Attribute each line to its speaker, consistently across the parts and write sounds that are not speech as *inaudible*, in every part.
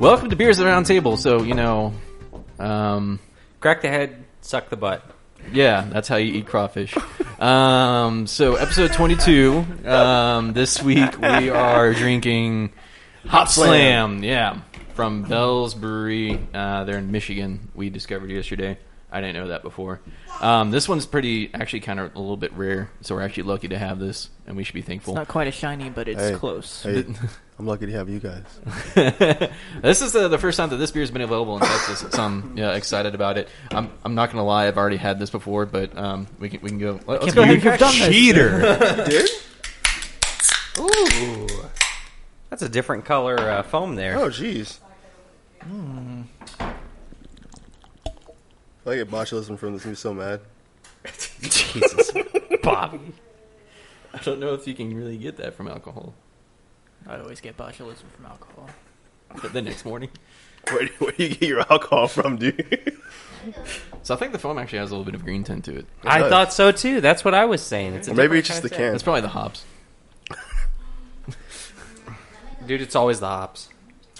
Speaker 1: Welcome to Beers at the Round Table. So you know, um,
Speaker 2: Crack the head, suck the butt.
Speaker 1: yeah, that's how you eat crawfish. Um, so episode twenty-two. Um, this week we are drinking Hop Slam. Yeah, from Bell's Brewery. Uh, they're in Michigan. We discovered yesterday. I didn't know that before. Um, this one's pretty, actually, kind of a little bit rare. So we're actually lucky to have this, and we should be thankful.
Speaker 3: Not quite a shiny, but it's
Speaker 4: Hey.
Speaker 3: close.
Speaker 4: *laughs* Hey, I'm lucky to have you guys.
Speaker 1: *laughs* this is uh, the first time that this beer's been available in Texas, so I'm yeah, excited about it. I'm, I'm not gonna lie, I've already had this before, but um, we can we can go. Let's go ahead.
Speaker 3: believe you've done this. *laughs*
Speaker 5: Cheater.
Speaker 2: Ooh. That's a different color uh, foam there.
Speaker 4: Oh, jeez. If I get botulism from this. I'm so mad.
Speaker 2: Jesus. Bobby.
Speaker 1: I don't know if you can really get that from alcohol.
Speaker 3: I always get botulism from alcohol.
Speaker 1: But the next morning,
Speaker 4: Where, where do you get your alcohol from, *laughs* dude?
Speaker 1: so I think the foam actually has a little bit of green tint to it.
Speaker 2: I thought so too. That's what I was saying. It's a
Speaker 4: Or maybe
Speaker 2: different
Speaker 4: it's just the
Speaker 2: kind of
Speaker 4: can.
Speaker 1: It's probably the hops.
Speaker 2: thing. Dude, it's always the hops.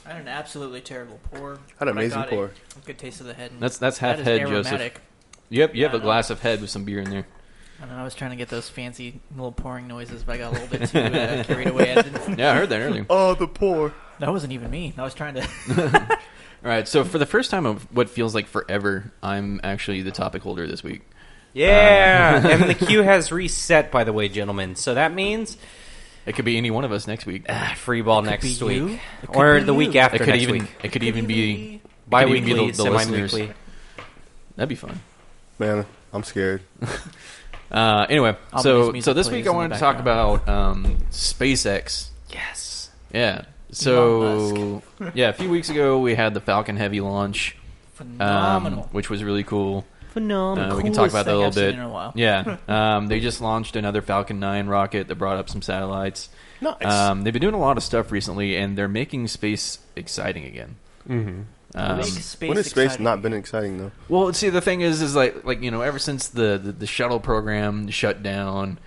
Speaker 3: I had an absolutely terrible pour.
Speaker 4: Had an
Speaker 3: but I
Speaker 4: amazing
Speaker 3: got a
Speaker 4: pour.
Speaker 3: Good taste of the head. and-
Speaker 1: That's- that's half
Speaker 3: that is
Speaker 1: head, Joseph.
Speaker 3: aromatic.
Speaker 1: You have you have
Speaker 3: Yeah,
Speaker 1: a
Speaker 3: I know.
Speaker 1: glass of head with some beer in there.
Speaker 3: I, know, I was trying to get those fancy little pouring noises, but I got a little bit too
Speaker 2: *laughs*
Speaker 3: uh, carried away. I didn't,
Speaker 1: Yeah, I heard that earlier.
Speaker 4: Oh, the pour.
Speaker 3: that wasn't even me. I was trying to.
Speaker 1: All right, so for the first time of what feels like forever, I'm actually the topic holder this week.
Speaker 2: Yeah. *laughs* and the queue has reset, by the way, gentlemen. So that means
Speaker 1: It could be any one of us next week.
Speaker 2: ah, free ball next
Speaker 3: be
Speaker 2: week.
Speaker 3: you. It could
Speaker 2: Or
Speaker 3: be
Speaker 2: the
Speaker 3: you.
Speaker 2: week after
Speaker 1: it could
Speaker 2: next
Speaker 1: even
Speaker 2: week.
Speaker 1: it could even be
Speaker 2: Bi
Speaker 1: even be
Speaker 2: weekly,
Speaker 1: the- the
Speaker 2: semi
Speaker 1: listeners.
Speaker 2: weekly.
Speaker 1: that'd be fun.
Speaker 4: Man, I'm scared.
Speaker 1: Uh, anyway,
Speaker 3: Ominous
Speaker 1: so
Speaker 3: music
Speaker 1: so this
Speaker 3: plays
Speaker 1: week I
Speaker 3: in the
Speaker 1: wanted to talk about um, SpaceX.
Speaker 2: Yes.
Speaker 1: Yeah. So yeah, a few weeks ago we had the Falcon Heavy launch, um,
Speaker 3: Phenomenal.
Speaker 2: Um,
Speaker 1: which was really cool.
Speaker 2: Phenomenal.
Speaker 1: Uh, we can talk about
Speaker 3: coolest
Speaker 1: that a
Speaker 3: thing
Speaker 1: little
Speaker 3: I've seen
Speaker 1: bit.
Speaker 3: in a while.
Speaker 1: Yeah, um, they just launched another Falcon 9 rocket that brought up some satellites.
Speaker 4: Nice.
Speaker 1: Um, they've been doing a lot of stuff recently, and they're making space exciting again. Mm-hmm.
Speaker 3: Make space
Speaker 4: when has space
Speaker 3: exciting.
Speaker 4: not been exciting, though?
Speaker 1: Well, see, the thing is, is like, like you know, ever since the the, the shuttle program shut down,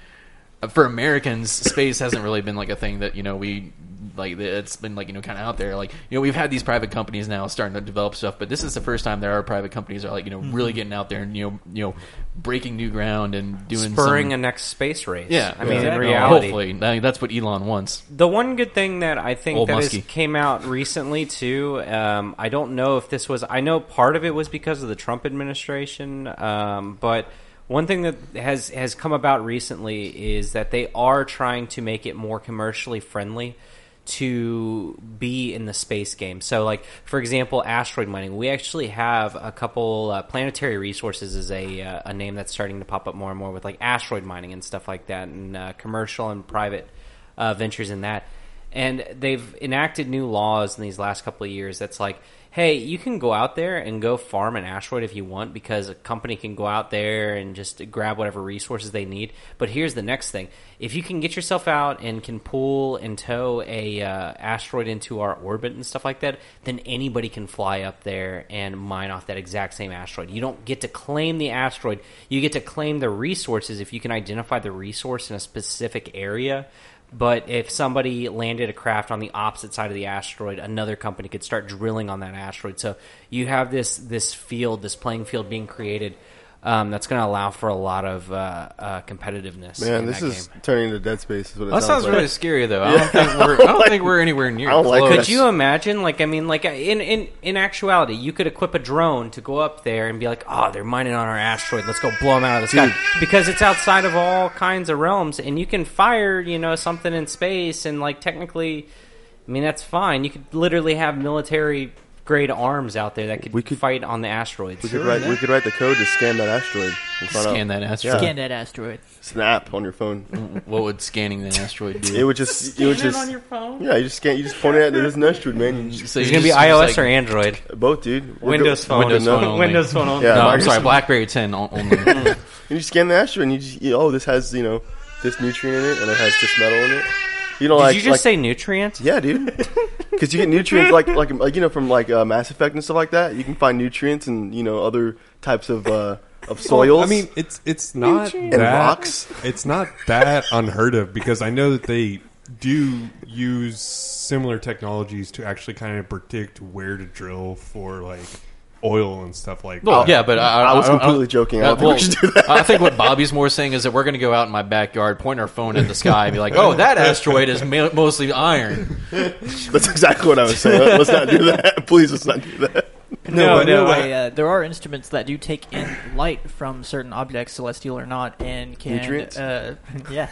Speaker 1: uh, for Americans, space hasn't really been like a thing that you know we like. It's been like you know, kind of out there. Like you know, we've had these private companies now starting to develop stuff, but this is the first time there are private companies that are like you know
Speaker 2: Mm-hmm.
Speaker 1: really getting out there and you know you know breaking new ground and doing
Speaker 2: Spurring
Speaker 1: some,
Speaker 2: a next space race.
Speaker 1: yeah.
Speaker 2: I mean,
Speaker 4: Yeah.
Speaker 2: in
Speaker 1: Exactly.
Speaker 2: reality.
Speaker 1: hopefully, I mean, that's what Elon wants.
Speaker 2: The one good thing that I think
Speaker 1: Old
Speaker 2: that is,
Speaker 1: Muskie.
Speaker 2: came out recently too, um, I don't know if this was. I know part of it was because of the Trump administration, um, but one thing that has has come about recently is that they are trying to make it more commercially friendly to be in the space game. So, like for example, asteroid mining. We actually have a couple uh, planetary resources is a uh, a name that's starting to pop up more and more with like asteroid mining and stuff like that, and uh, commercial and private uh, ventures in that. And they've enacted new laws in these last couple of years that's like, hey, you can go out there and go farm an asteroid if you want because a company can go out there and just grab whatever resources they need. But here's the next thing if you can get yourself out and can pull and tow a uh, asteroid into our orbit and stuff like that, then anybody can fly up there and mine off that exact same asteroid. You don't get to claim the asteroid, you get to claim the resources if you can identify the resource in a specific area. But if somebody landed a craft on the opposite side of the asteroid, another company could start drilling on that asteroid. So you have this this field, this playing field being created um, that's going to allow for a lot of uh, uh, competitiveness.
Speaker 4: Man,
Speaker 2: in
Speaker 4: this
Speaker 2: that
Speaker 4: is
Speaker 2: game.
Speaker 4: turning into Dead Space. Is what it
Speaker 1: That sounds
Speaker 4: sounds, like.
Speaker 1: really scary, though. I don't think we're I don't *laughs* think we're anywhere near
Speaker 4: I don't like
Speaker 1: close.
Speaker 4: that.
Speaker 2: Could you imagine? Like, I mean, like uh, in in in actuality, you could equip a drone to go up there and be like, "Oh, they're mining on our asteroid. Let's go blow them out of the sky," because it's outside of all kinds of realms, and you can fire, you know, something in space, and like technically, I mean, that's fine. You could literally have military grade arms out there that could,
Speaker 4: We could-
Speaker 2: fight on the asteroids.
Speaker 4: We could, write, we could write the code to scan that asteroid. And find
Speaker 1: Scan
Speaker 4: out.
Speaker 1: that
Speaker 2: uh,
Speaker 1: asteroid.
Speaker 3: Scan that asteroid.
Speaker 4: Snap on your phone.
Speaker 1: What would scanning that asteroid *laughs* do?
Speaker 4: It would just. Mm-hmm. it would just.
Speaker 2: phone.
Speaker 4: yeah, you just scan. You just point it at. There's an asteroid, man. You just,
Speaker 1: So
Speaker 2: It's
Speaker 1: you
Speaker 2: gonna be
Speaker 1: just-
Speaker 2: iOS
Speaker 1: it's
Speaker 2: or
Speaker 1: like-
Speaker 2: Android.
Speaker 4: both, dude. We're
Speaker 2: Windows
Speaker 4: good-
Speaker 2: phone.
Speaker 4: Windows phone.
Speaker 1: only. Windows phone
Speaker 2: only.
Speaker 4: Yeah,
Speaker 1: No, I'm
Speaker 4: Microsoft-
Speaker 1: sorry, BlackBerry 10 on-
Speaker 4: *laughs*
Speaker 1: only.
Speaker 4: You just scan the asteroid and you just, you, oh, this has, you know, this nutrient in it and it has this metal in it. You know,
Speaker 2: Did
Speaker 4: like,
Speaker 2: you just
Speaker 4: like-
Speaker 2: say nutrient?
Speaker 4: yeah, dude. Because you get nutrients like, like, like, you know, from like uh, Mass Effect and stuff like that. You can find nutrients and you know other types of uh, of soils.
Speaker 5: I mean, it's it's not that,
Speaker 4: rocks.
Speaker 5: It's not that unheard of because I know that they do use similar technologies to actually kind of predict where to drill for like oil and stuff like
Speaker 1: Well,
Speaker 5: that.
Speaker 1: yeah, but I,
Speaker 4: I was
Speaker 1: don't-
Speaker 4: completely joking. I
Speaker 1: Uh,
Speaker 4: don't think we should do that.
Speaker 1: I think what Bobby's more saying is that we're going to go out in my backyard, point our phone at the sky, and be like, "Oh, that asteroid is ma- mostly iron."
Speaker 4: *laughs* That's exactly what I was saying. Let's not do that. *laughs* Please, let's not do that.
Speaker 2: No,
Speaker 3: but
Speaker 2: no,
Speaker 3: anyway, uh, there are instruments that do take in light from certain objects, celestial or not, and can
Speaker 4: Nutrients?
Speaker 3: Uh, yeah,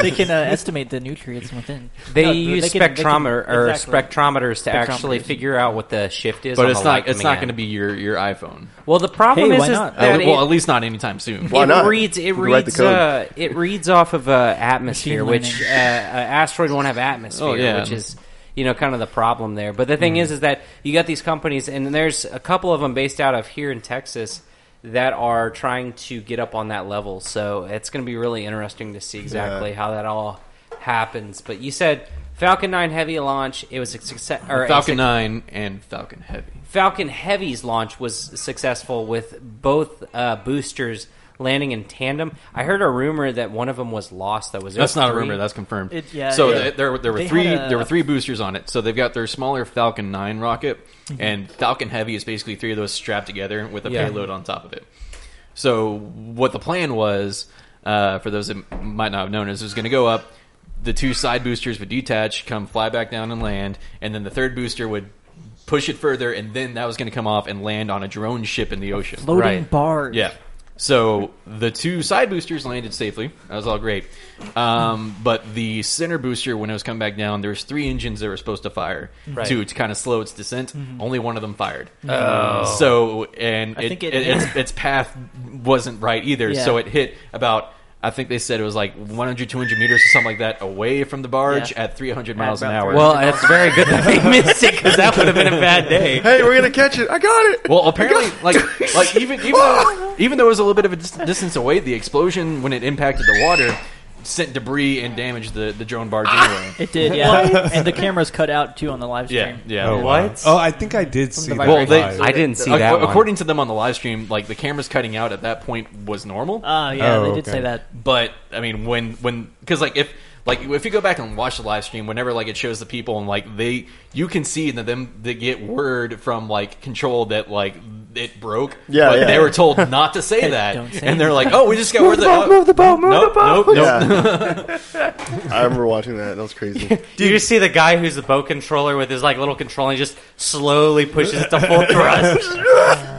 Speaker 3: they can uh, estimate the nutrients within.
Speaker 2: They
Speaker 3: No,
Speaker 2: use
Speaker 3: can- they can-
Speaker 2: spectrometer or
Speaker 3: exactly.
Speaker 2: spectrometers to actually
Speaker 3: Spectrometers.
Speaker 2: figure out what the shift is.
Speaker 1: But
Speaker 2: on
Speaker 1: it's
Speaker 2: the
Speaker 1: not.
Speaker 2: light
Speaker 1: It's
Speaker 2: coming
Speaker 1: not
Speaker 2: in.
Speaker 1: going to be your your iPhone.
Speaker 2: Well, the problem
Speaker 3: Hey,
Speaker 2: is,
Speaker 3: why
Speaker 2: is
Speaker 3: not?
Speaker 1: Uh,
Speaker 2: that
Speaker 1: well,
Speaker 2: it-
Speaker 1: at least not anytime soon.
Speaker 4: Why
Speaker 2: it
Speaker 4: not?
Speaker 2: reads it
Speaker 4: You can write the
Speaker 2: reads
Speaker 4: code.
Speaker 2: uh, it reads off of uh, atmosphere,
Speaker 3: learning.
Speaker 2: which uh, uh, asteroid won't have atmosphere,
Speaker 1: Oh, yeah. Mm.
Speaker 2: which is you know kind of the problem there. But the thing is, is that you got these companies, and there's a couple of them based out of here in Texas that are trying to get up on that level. So it's going to be really interesting to see exactly
Speaker 4: Yeah.
Speaker 2: how that all happens. But you said Falcon Nine Heavy launch, it was a success. Or a
Speaker 1: Falcon
Speaker 2: suc-
Speaker 1: Nine and Falcon Heavy.
Speaker 2: Falcon Heavy's launch was successful with both uh, boosters landing in tandem. I heard a rumor that one of them was lost. That was
Speaker 1: That's not a
Speaker 2: three.
Speaker 1: rumor. That's confirmed.
Speaker 3: It- yeah,
Speaker 1: so
Speaker 3: yeah.
Speaker 1: th- there, were- there were
Speaker 3: They
Speaker 1: three
Speaker 3: had a-
Speaker 1: there were three boosters on it. So they've got their smaller Falcon Nine rocket,
Speaker 3: Mm-hmm.
Speaker 1: and Falcon Heavy is basically three of those strapped together with a
Speaker 2: Yeah.
Speaker 1: payload on top of it. So what the plan was, uh, for those that might not have known, is it was going to go up. The two side boosters would detach, come fly back down and land, and then the third booster would push it further, and then that was going to come off and land on a drone ship in the ocean.
Speaker 3: Floating
Speaker 2: Right.
Speaker 3: bars.
Speaker 1: Yeah. So the two side boosters landed safely. That was all great. Um, but the center booster, when it was coming back down, there was three engines that were supposed to fire
Speaker 2: Right.
Speaker 1: to, to kind of slow its descent. Only one of them fired.
Speaker 2: Oh.
Speaker 1: So and
Speaker 3: I
Speaker 1: it,
Speaker 3: think
Speaker 1: it,
Speaker 3: it-
Speaker 1: its, its path wasn't right either.
Speaker 3: Yeah.
Speaker 1: So it hit about. I think they said it was like 100, 200 meters or something like that away from the barge
Speaker 3: Yeah.
Speaker 1: at 300 miles an
Speaker 3: about
Speaker 1: hour.
Speaker 2: Well, that's very
Speaker 3: *laughs*
Speaker 2: good that they missed it because that would have been a bad day.
Speaker 4: Hey, we're gonna catch it. I got it.
Speaker 1: Well, apparently, like, like even even though, even though it was a little bit of a dis- distance away, the explosion when it impacted the water sent debris and damaged the, the drone barge anyway.
Speaker 3: It did, yeah. and *laughs* the cameras cut out too on the live
Speaker 1: Yeah,
Speaker 3: stream.
Speaker 1: yeah.
Speaker 5: Oh, wow. Oh, I think I did see
Speaker 3: the
Speaker 5: that.
Speaker 1: Well, they-
Speaker 5: live.
Speaker 2: I didn't see
Speaker 1: Ac-
Speaker 2: that one.
Speaker 1: according to them on the live stream, like the cameras cutting out at that point was normal.
Speaker 3: Ah, yeah,
Speaker 5: Oh,
Speaker 3: they did
Speaker 5: okay.
Speaker 3: say that.
Speaker 1: but I mean, when when because like if like if you go back and watch the live stream, whenever like it shows the people and like they you can see that them they get word from like control that like it broke.
Speaker 4: Yeah,
Speaker 1: but
Speaker 4: yeah.
Speaker 1: they were told not
Speaker 4: *laughs*
Speaker 1: to say that,
Speaker 3: Don't say
Speaker 1: and they're like, oh, we just got word that oh,
Speaker 2: the boat, move
Speaker 1: nope, nope, nope.
Speaker 4: Yeah. *laughs* I remember watching that. That was crazy.
Speaker 2: Do you see the guy who's the boat controller with his like little controller and just slowly pushes it
Speaker 1: *laughs*
Speaker 2: to full thrust?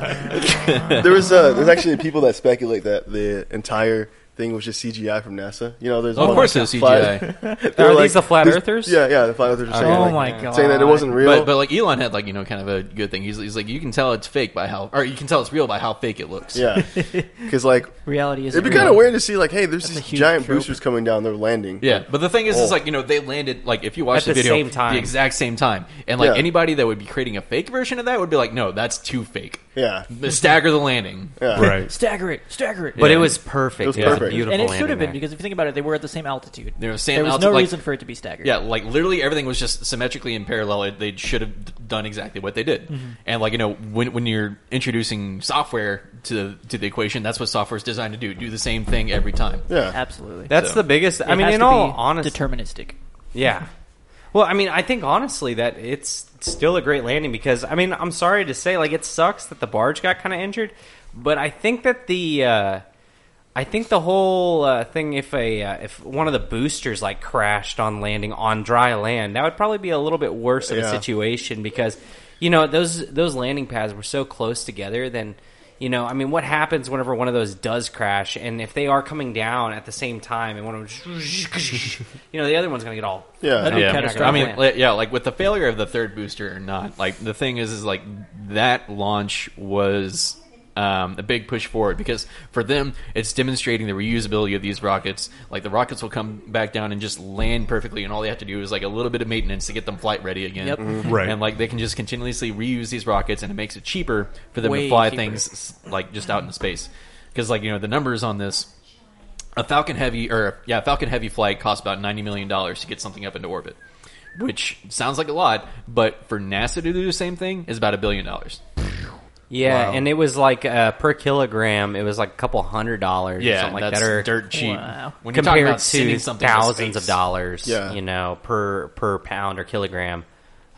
Speaker 4: There was uh, there's actually people that speculate that the entire thing was just CGI from NASA. You know, there's
Speaker 1: Of
Speaker 4: all
Speaker 1: course,
Speaker 4: that
Speaker 1: it's
Speaker 4: fly-
Speaker 1: CGI.
Speaker 4: *laughs* They were
Speaker 2: Are these the flat
Speaker 4: there's-
Speaker 2: earthers?
Speaker 4: Yeah, yeah, the flat earthers are saying,
Speaker 3: Oh
Speaker 4: like,
Speaker 3: my god!
Speaker 4: saying that it wasn't real.
Speaker 1: But but like Elon had like you know kind of a good thing. He's, he's like you can tell it's fake by how or you can tell it's real by how fake it looks. *laughs*
Speaker 4: yeah, because like
Speaker 3: reality is.
Speaker 4: it'd be kind of weird to see like, hey, there's
Speaker 3: That's a
Speaker 4: these
Speaker 3: huge
Speaker 4: giant
Speaker 3: trope.
Speaker 4: boosters coming down. They're landing.
Speaker 1: Yeah, but the thing is,
Speaker 4: Oh.
Speaker 1: is like you know they landed like if you watch the
Speaker 2: At the
Speaker 1: video,
Speaker 2: same time.
Speaker 1: the exact same time, and like
Speaker 4: Yeah.
Speaker 1: anybody that would be creating a fake version of that would be like, no, that's too fake.
Speaker 4: yeah,
Speaker 1: Stagger the landing.
Speaker 4: yeah.
Speaker 5: right.
Speaker 3: Stagger it, stagger it.
Speaker 2: But it was perfect.
Speaker 4: It was
Speaker 2: It was a
Speaker 4: perfect.
Speaker 2: beautiful
Speaker 3: and it should have
Speaker 2: landing
Speaker 3: been because if you think about it, they were at the same altitude.
Speaker 1: They were same
Speaker 3: there was
Speaker 1: altitude,
Speaker 3: no
Speaker 1: like-
Speaker 3: reason for it to be staggered.
Speaker 1: Yeah, like literally everything was just symmetrically in parallel. It, they should have d- done exactly what they did.
Speaker 3: Mm-hmm.
Speaker 1: And like you know, when when you're introducing software to to the equation, that's what software is designed to do: do the same thing every time.
Speaker 4: yeah.
Speaker 3: absolutely.
Speaker 2: That's
Speaker 1: So-
Speaker 2: the biggest. I
Speaker 3: It
Speaker 2: mean,
Speaker 3: has
Speaker 2: in
Speaker 3: to
Speaker 2: all
Speaker 3: be
Speaker 2: honesty,
Speaker 3: deterministic.
Speaker 2: Yeah. Well, I mean, I think honestly that it's still a great landing because I mean, I'm sorry to say, like it sucks that the barge got kind of injured, but I think that the uh, I think the whole uh, thing if a uh, if one of the boosters like crashed on landing on dry land, that would probably be a little bit worse of a
Speaker 4: Yeah.
Speaker 2: situation because you know those those landing pads were so close together then you know, I mean, what happens whenever one of those does crash? And if they are coming down at the same time, and one of them, just- *laughs* you know, the other one's gonna get all
Speaker 4: Yeah.
Speaker 3: That'd be
Speaker 1: yeah.
Speaker 3: catastrophic.
Speaker 1: I mean, li- yeah, like with the failure of the third booster or not, like the thing is, is like that launch was um, a big push forward because for them, it's demonstrating the reusability of these rockets. Like the rockets will come back down and just land perfectly, and all they have to do is like a little bit of maintenance to get them flight ready again.
Speaker 3: Yep. Mhm.
Speaker 5: Right.
Speaker 1: And like they can just continuously reuse these rockets, and it makes it cheaper for them to
Speaker 3: Way
Speaker 1: fly
Speaker 3: cheaper.
Speaker 1: things s- like just out in space. Because like you know the numbers on this. A Falcon Heavy, or yeah, a Falcon Heavy flight costs about ninety million dollars to get something up into orbit, which sounds like a lot, but for NASA to do the same thing is about a billion dollars.
Speaker 2: Yeah,
Speaker 5: Wow.
Speaker 2: and it was like uh, per kilogram, it was like a couple hundred dollars or
Speaker 1: Yeah,
Speaker 2: something like
Speaker 1: that's
Speaker 2: that. Or
Speaker 1: dirt cheap.
Speaker 3: Wow.
Speaker 1: When you're talking
Speaker 2: compared
Speaker 1: about
Speaker 2: to
Speaker 1: sending something to
Speaker 2: thousands
Speaker 1: space.
Speaker 2: of dollars,
Speaker 4: Yeah.
Speaker 2: you know, per per pound or kilogram.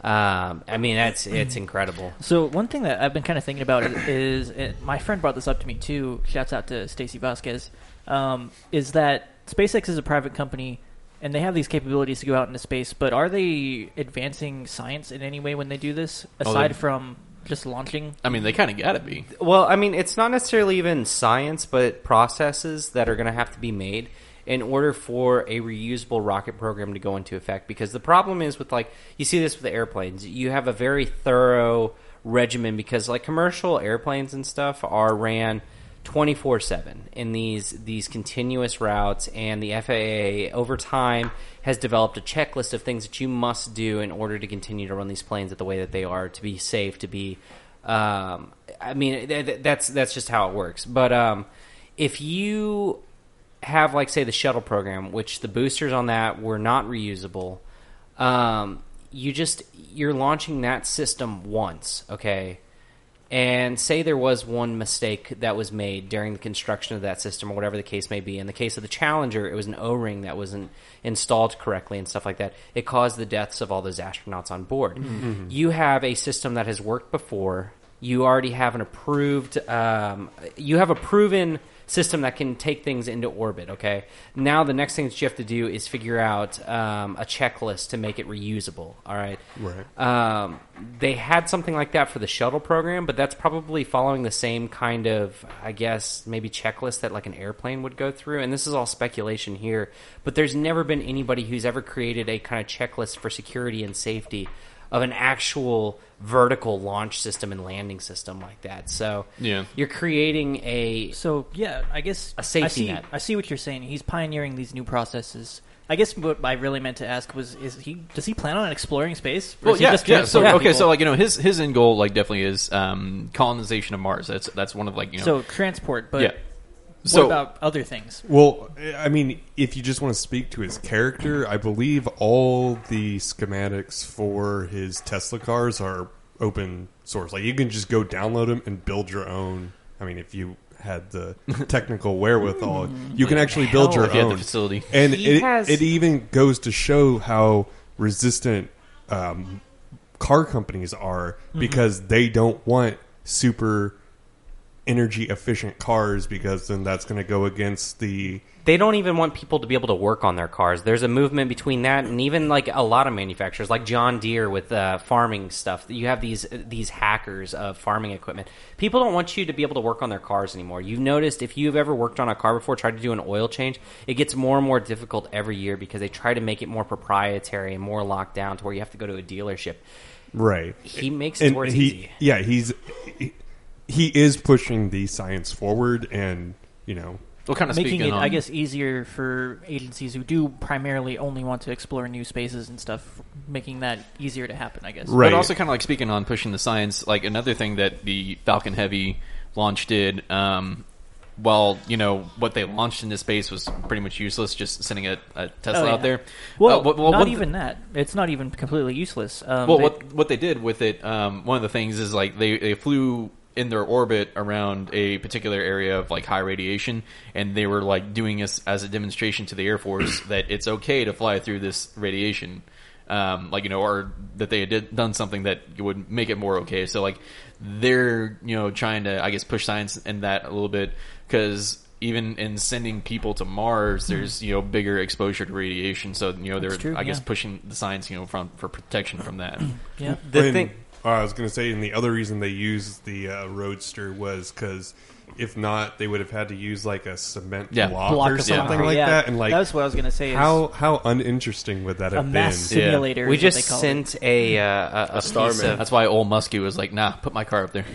Speaker 2: Um, I mean, that's it's incredible.
Speaker 3: So one thing that I've been kind of thinking about is, and my friend brought this up to me too. Shouts out to Stacy Vasquez. Um, is that SpaceX is a private company, and they have these capabilities to go out into space, but are they advancing science in any way when they do this,
Speaker 1: they-
Speaker 3: aside from just launching?
Speaker 1: I mean, they kind of got to be.
Speaker 2: Well, I mean, it's not necessarily even science, but processes that are going to have to be made in order for a reusable rocket program to go into effect. Because the problem is with like you see this with the airplanes, you have a very thorough regimen because like commercial airplanes and stuff are ran. 24/7 in these these continuous routes and the FAA over time has developed a checklist of things that you must do in order to continue to run these planes at the way that they are to be safe to be um, I mean th- th- that's that's just how it works but um, if you have like say the shuttle program which the boosters on that were not reusable um, you just you're launching that system once okay and say there was one mistake that was made during the construction of that system or whatever the case may be in the case of the challenger it was an o-ring that wasn't installed correctly and stuff like that it caused the deaths of all those astronauts on board you have a system that has worked before you already have an approved um, you have a proven system that can take things into orbit okay now the next thing that you have to do is figure out um, a checklist to make it reusable all right
Speaker 5: Right.
Speaker 2: um, they had something like that for the shuttle program, but that's probably following the same kind of, I guess, maybe checklist that like an airplane would go through. And this is all speculation here, but there's never been anybody who's ever created a kind of checklist for security and safety of an actual vertical launch system and landing system like that. So
Speaker 1: Yeah.
Speaker 2: you're creating a
Speaker 3: So yeah, I guess
Speaker 2: A safety
Speaker 3: I see,
Speaker 2: net.
Speaker 3: I see what you're saying. He's pioneering these new processes. I guess what I really meant to ask was: Is he does he plan on exploring space? Or is he just gonna
Speaker 1: So
Speaker 3: fly
Speaker 1: okay,
Speaker 3: people?
Speaker 1: so like you know, his his end goal like definitely is um, colonization of Mars. That's that's one of like you know.
Speaker 3: so transport, but
Speaker 1: yeah.
Speaker 3: what
Speaker 1: So
Speaker 3: about other things?
Speaker 5: Well, I mean, if you just want to speak to his character, I believe all the schematics for his Tesla cars are open source. Like you can just go download them and build your own. I mean, if you had
Speaker 1: *laughs*
Speaker 5: the technical wherewithal, you can actually build your
Speaker 1: if you had
Speaker 5: own
Speaker 1: the facility.
Speaker 5: and
Speaker 2: He
Speaker 5: it,
Speaker 2: has-
Speaker 5: it even goes to show how resistant um, car companies are because they don't want super energy efficient cars because then that's going to go against the
Speaker 2: they don't even want people to be able to work on their cars. There's a movement between that and even like a lot of manufacturers, like John Deere with uh, farming stuff. You have these these hackers of farming equipment. People don't want you to be able to work on their cars anymore. You've noticed if you've ever worked on a car before, tried to do an oil change, it gets more and more difficult every year because they try to make it more proprietary and more locked down to where you have to go to a dealership.
Speaker 5: right.
Speaker 2: He makes it to where it's
Speaker 5: he,
Speaker 2: easy.
Speaker 5: Yeah, he's he, he is pushing the science forward, and you know,
Speaker 1: Well, kind of
Speaker 3: making
Speaker 1: speaking
Speaker 3: it,
Speaker 1: on,
Speaker 3: I guess, easier for agencies who do primarily only want to explore new spaces and stuff, making that easier to happen. I guess.
Speaker 5: right.
Speaker 1: But also, kind of like speaking on pushing the science, like another thing that the Falcon Heavy launch did, um, while you know what they launched into space was pretty much useless, just sending a, a Tesla
Speaker 3: Oh, yeah.
Speaker 1: out there.
Speaker 3: Well,
Speaker 1: Uh, what- well,
Speaker 3: not
Speaker 1: one-
Speaker 3: even that. It's not even completely useless. Um,
Speaker 1: Well,
Speaker 3: they-
Speaker 1: what what they did with it, um, one of the things is like they, they flew in their orbit around a particular area of like high radiation, and they were like doing this as a demonstration to the Air
Speaker 3: *coughs*
Speaker 1: Force that it's okay to fly through this radiation, um, like you know, or that they had did, done something that would make it more okay. So like they're you know trying to I guess push science in that a little bit because. Even in sending people to
Speaker 3: Hmm.
Speaker 1: Mars, there's you know bigger exposure to radiation, so you know they're
Speaker 3: That's true,
Speaker 1: I guess
Speaker 3: yeah.
Speaker 1: pushing the science you know from for protection from
Speaker 3: *clears throat*
Speaker 1: that.
Speaker 3: yeah.
Speaker 2: The
Speaker 5: When-
Speaker 2: thing.
Speaker 5: uh, I was going to say, and the other reason they used the uh, Roadster was because if not, they would have had to use like a cement
Speaker 1: Yeah.
Speaker 5: block,
Speaker 3: Block
Speaker 5: or
Speaker 3: of
Speaker 5: something
Speaker 3: concrete,
Speaker 5: like
Speaker 3: yeah.
Speaker 5: that, and like
Speaker 3: that's what I was gonna say. is
Speaker 5: how how uninteresting would that
Speaker 3: a
Speaker 5: have been?
Speaker 3: mass simulator. is
Speaker 2: We
Speaker 3: what they
Speaker 2: just
Speaker 3: call it.
Speaker 2: sent a uh, a, a,
Speaker 4: Starman.
Speaker 2: piece of
Speaker 1: That's why old Muskie was like, "Nah, put my car up
Speaker 3: *laughs*
Speaker 1: there."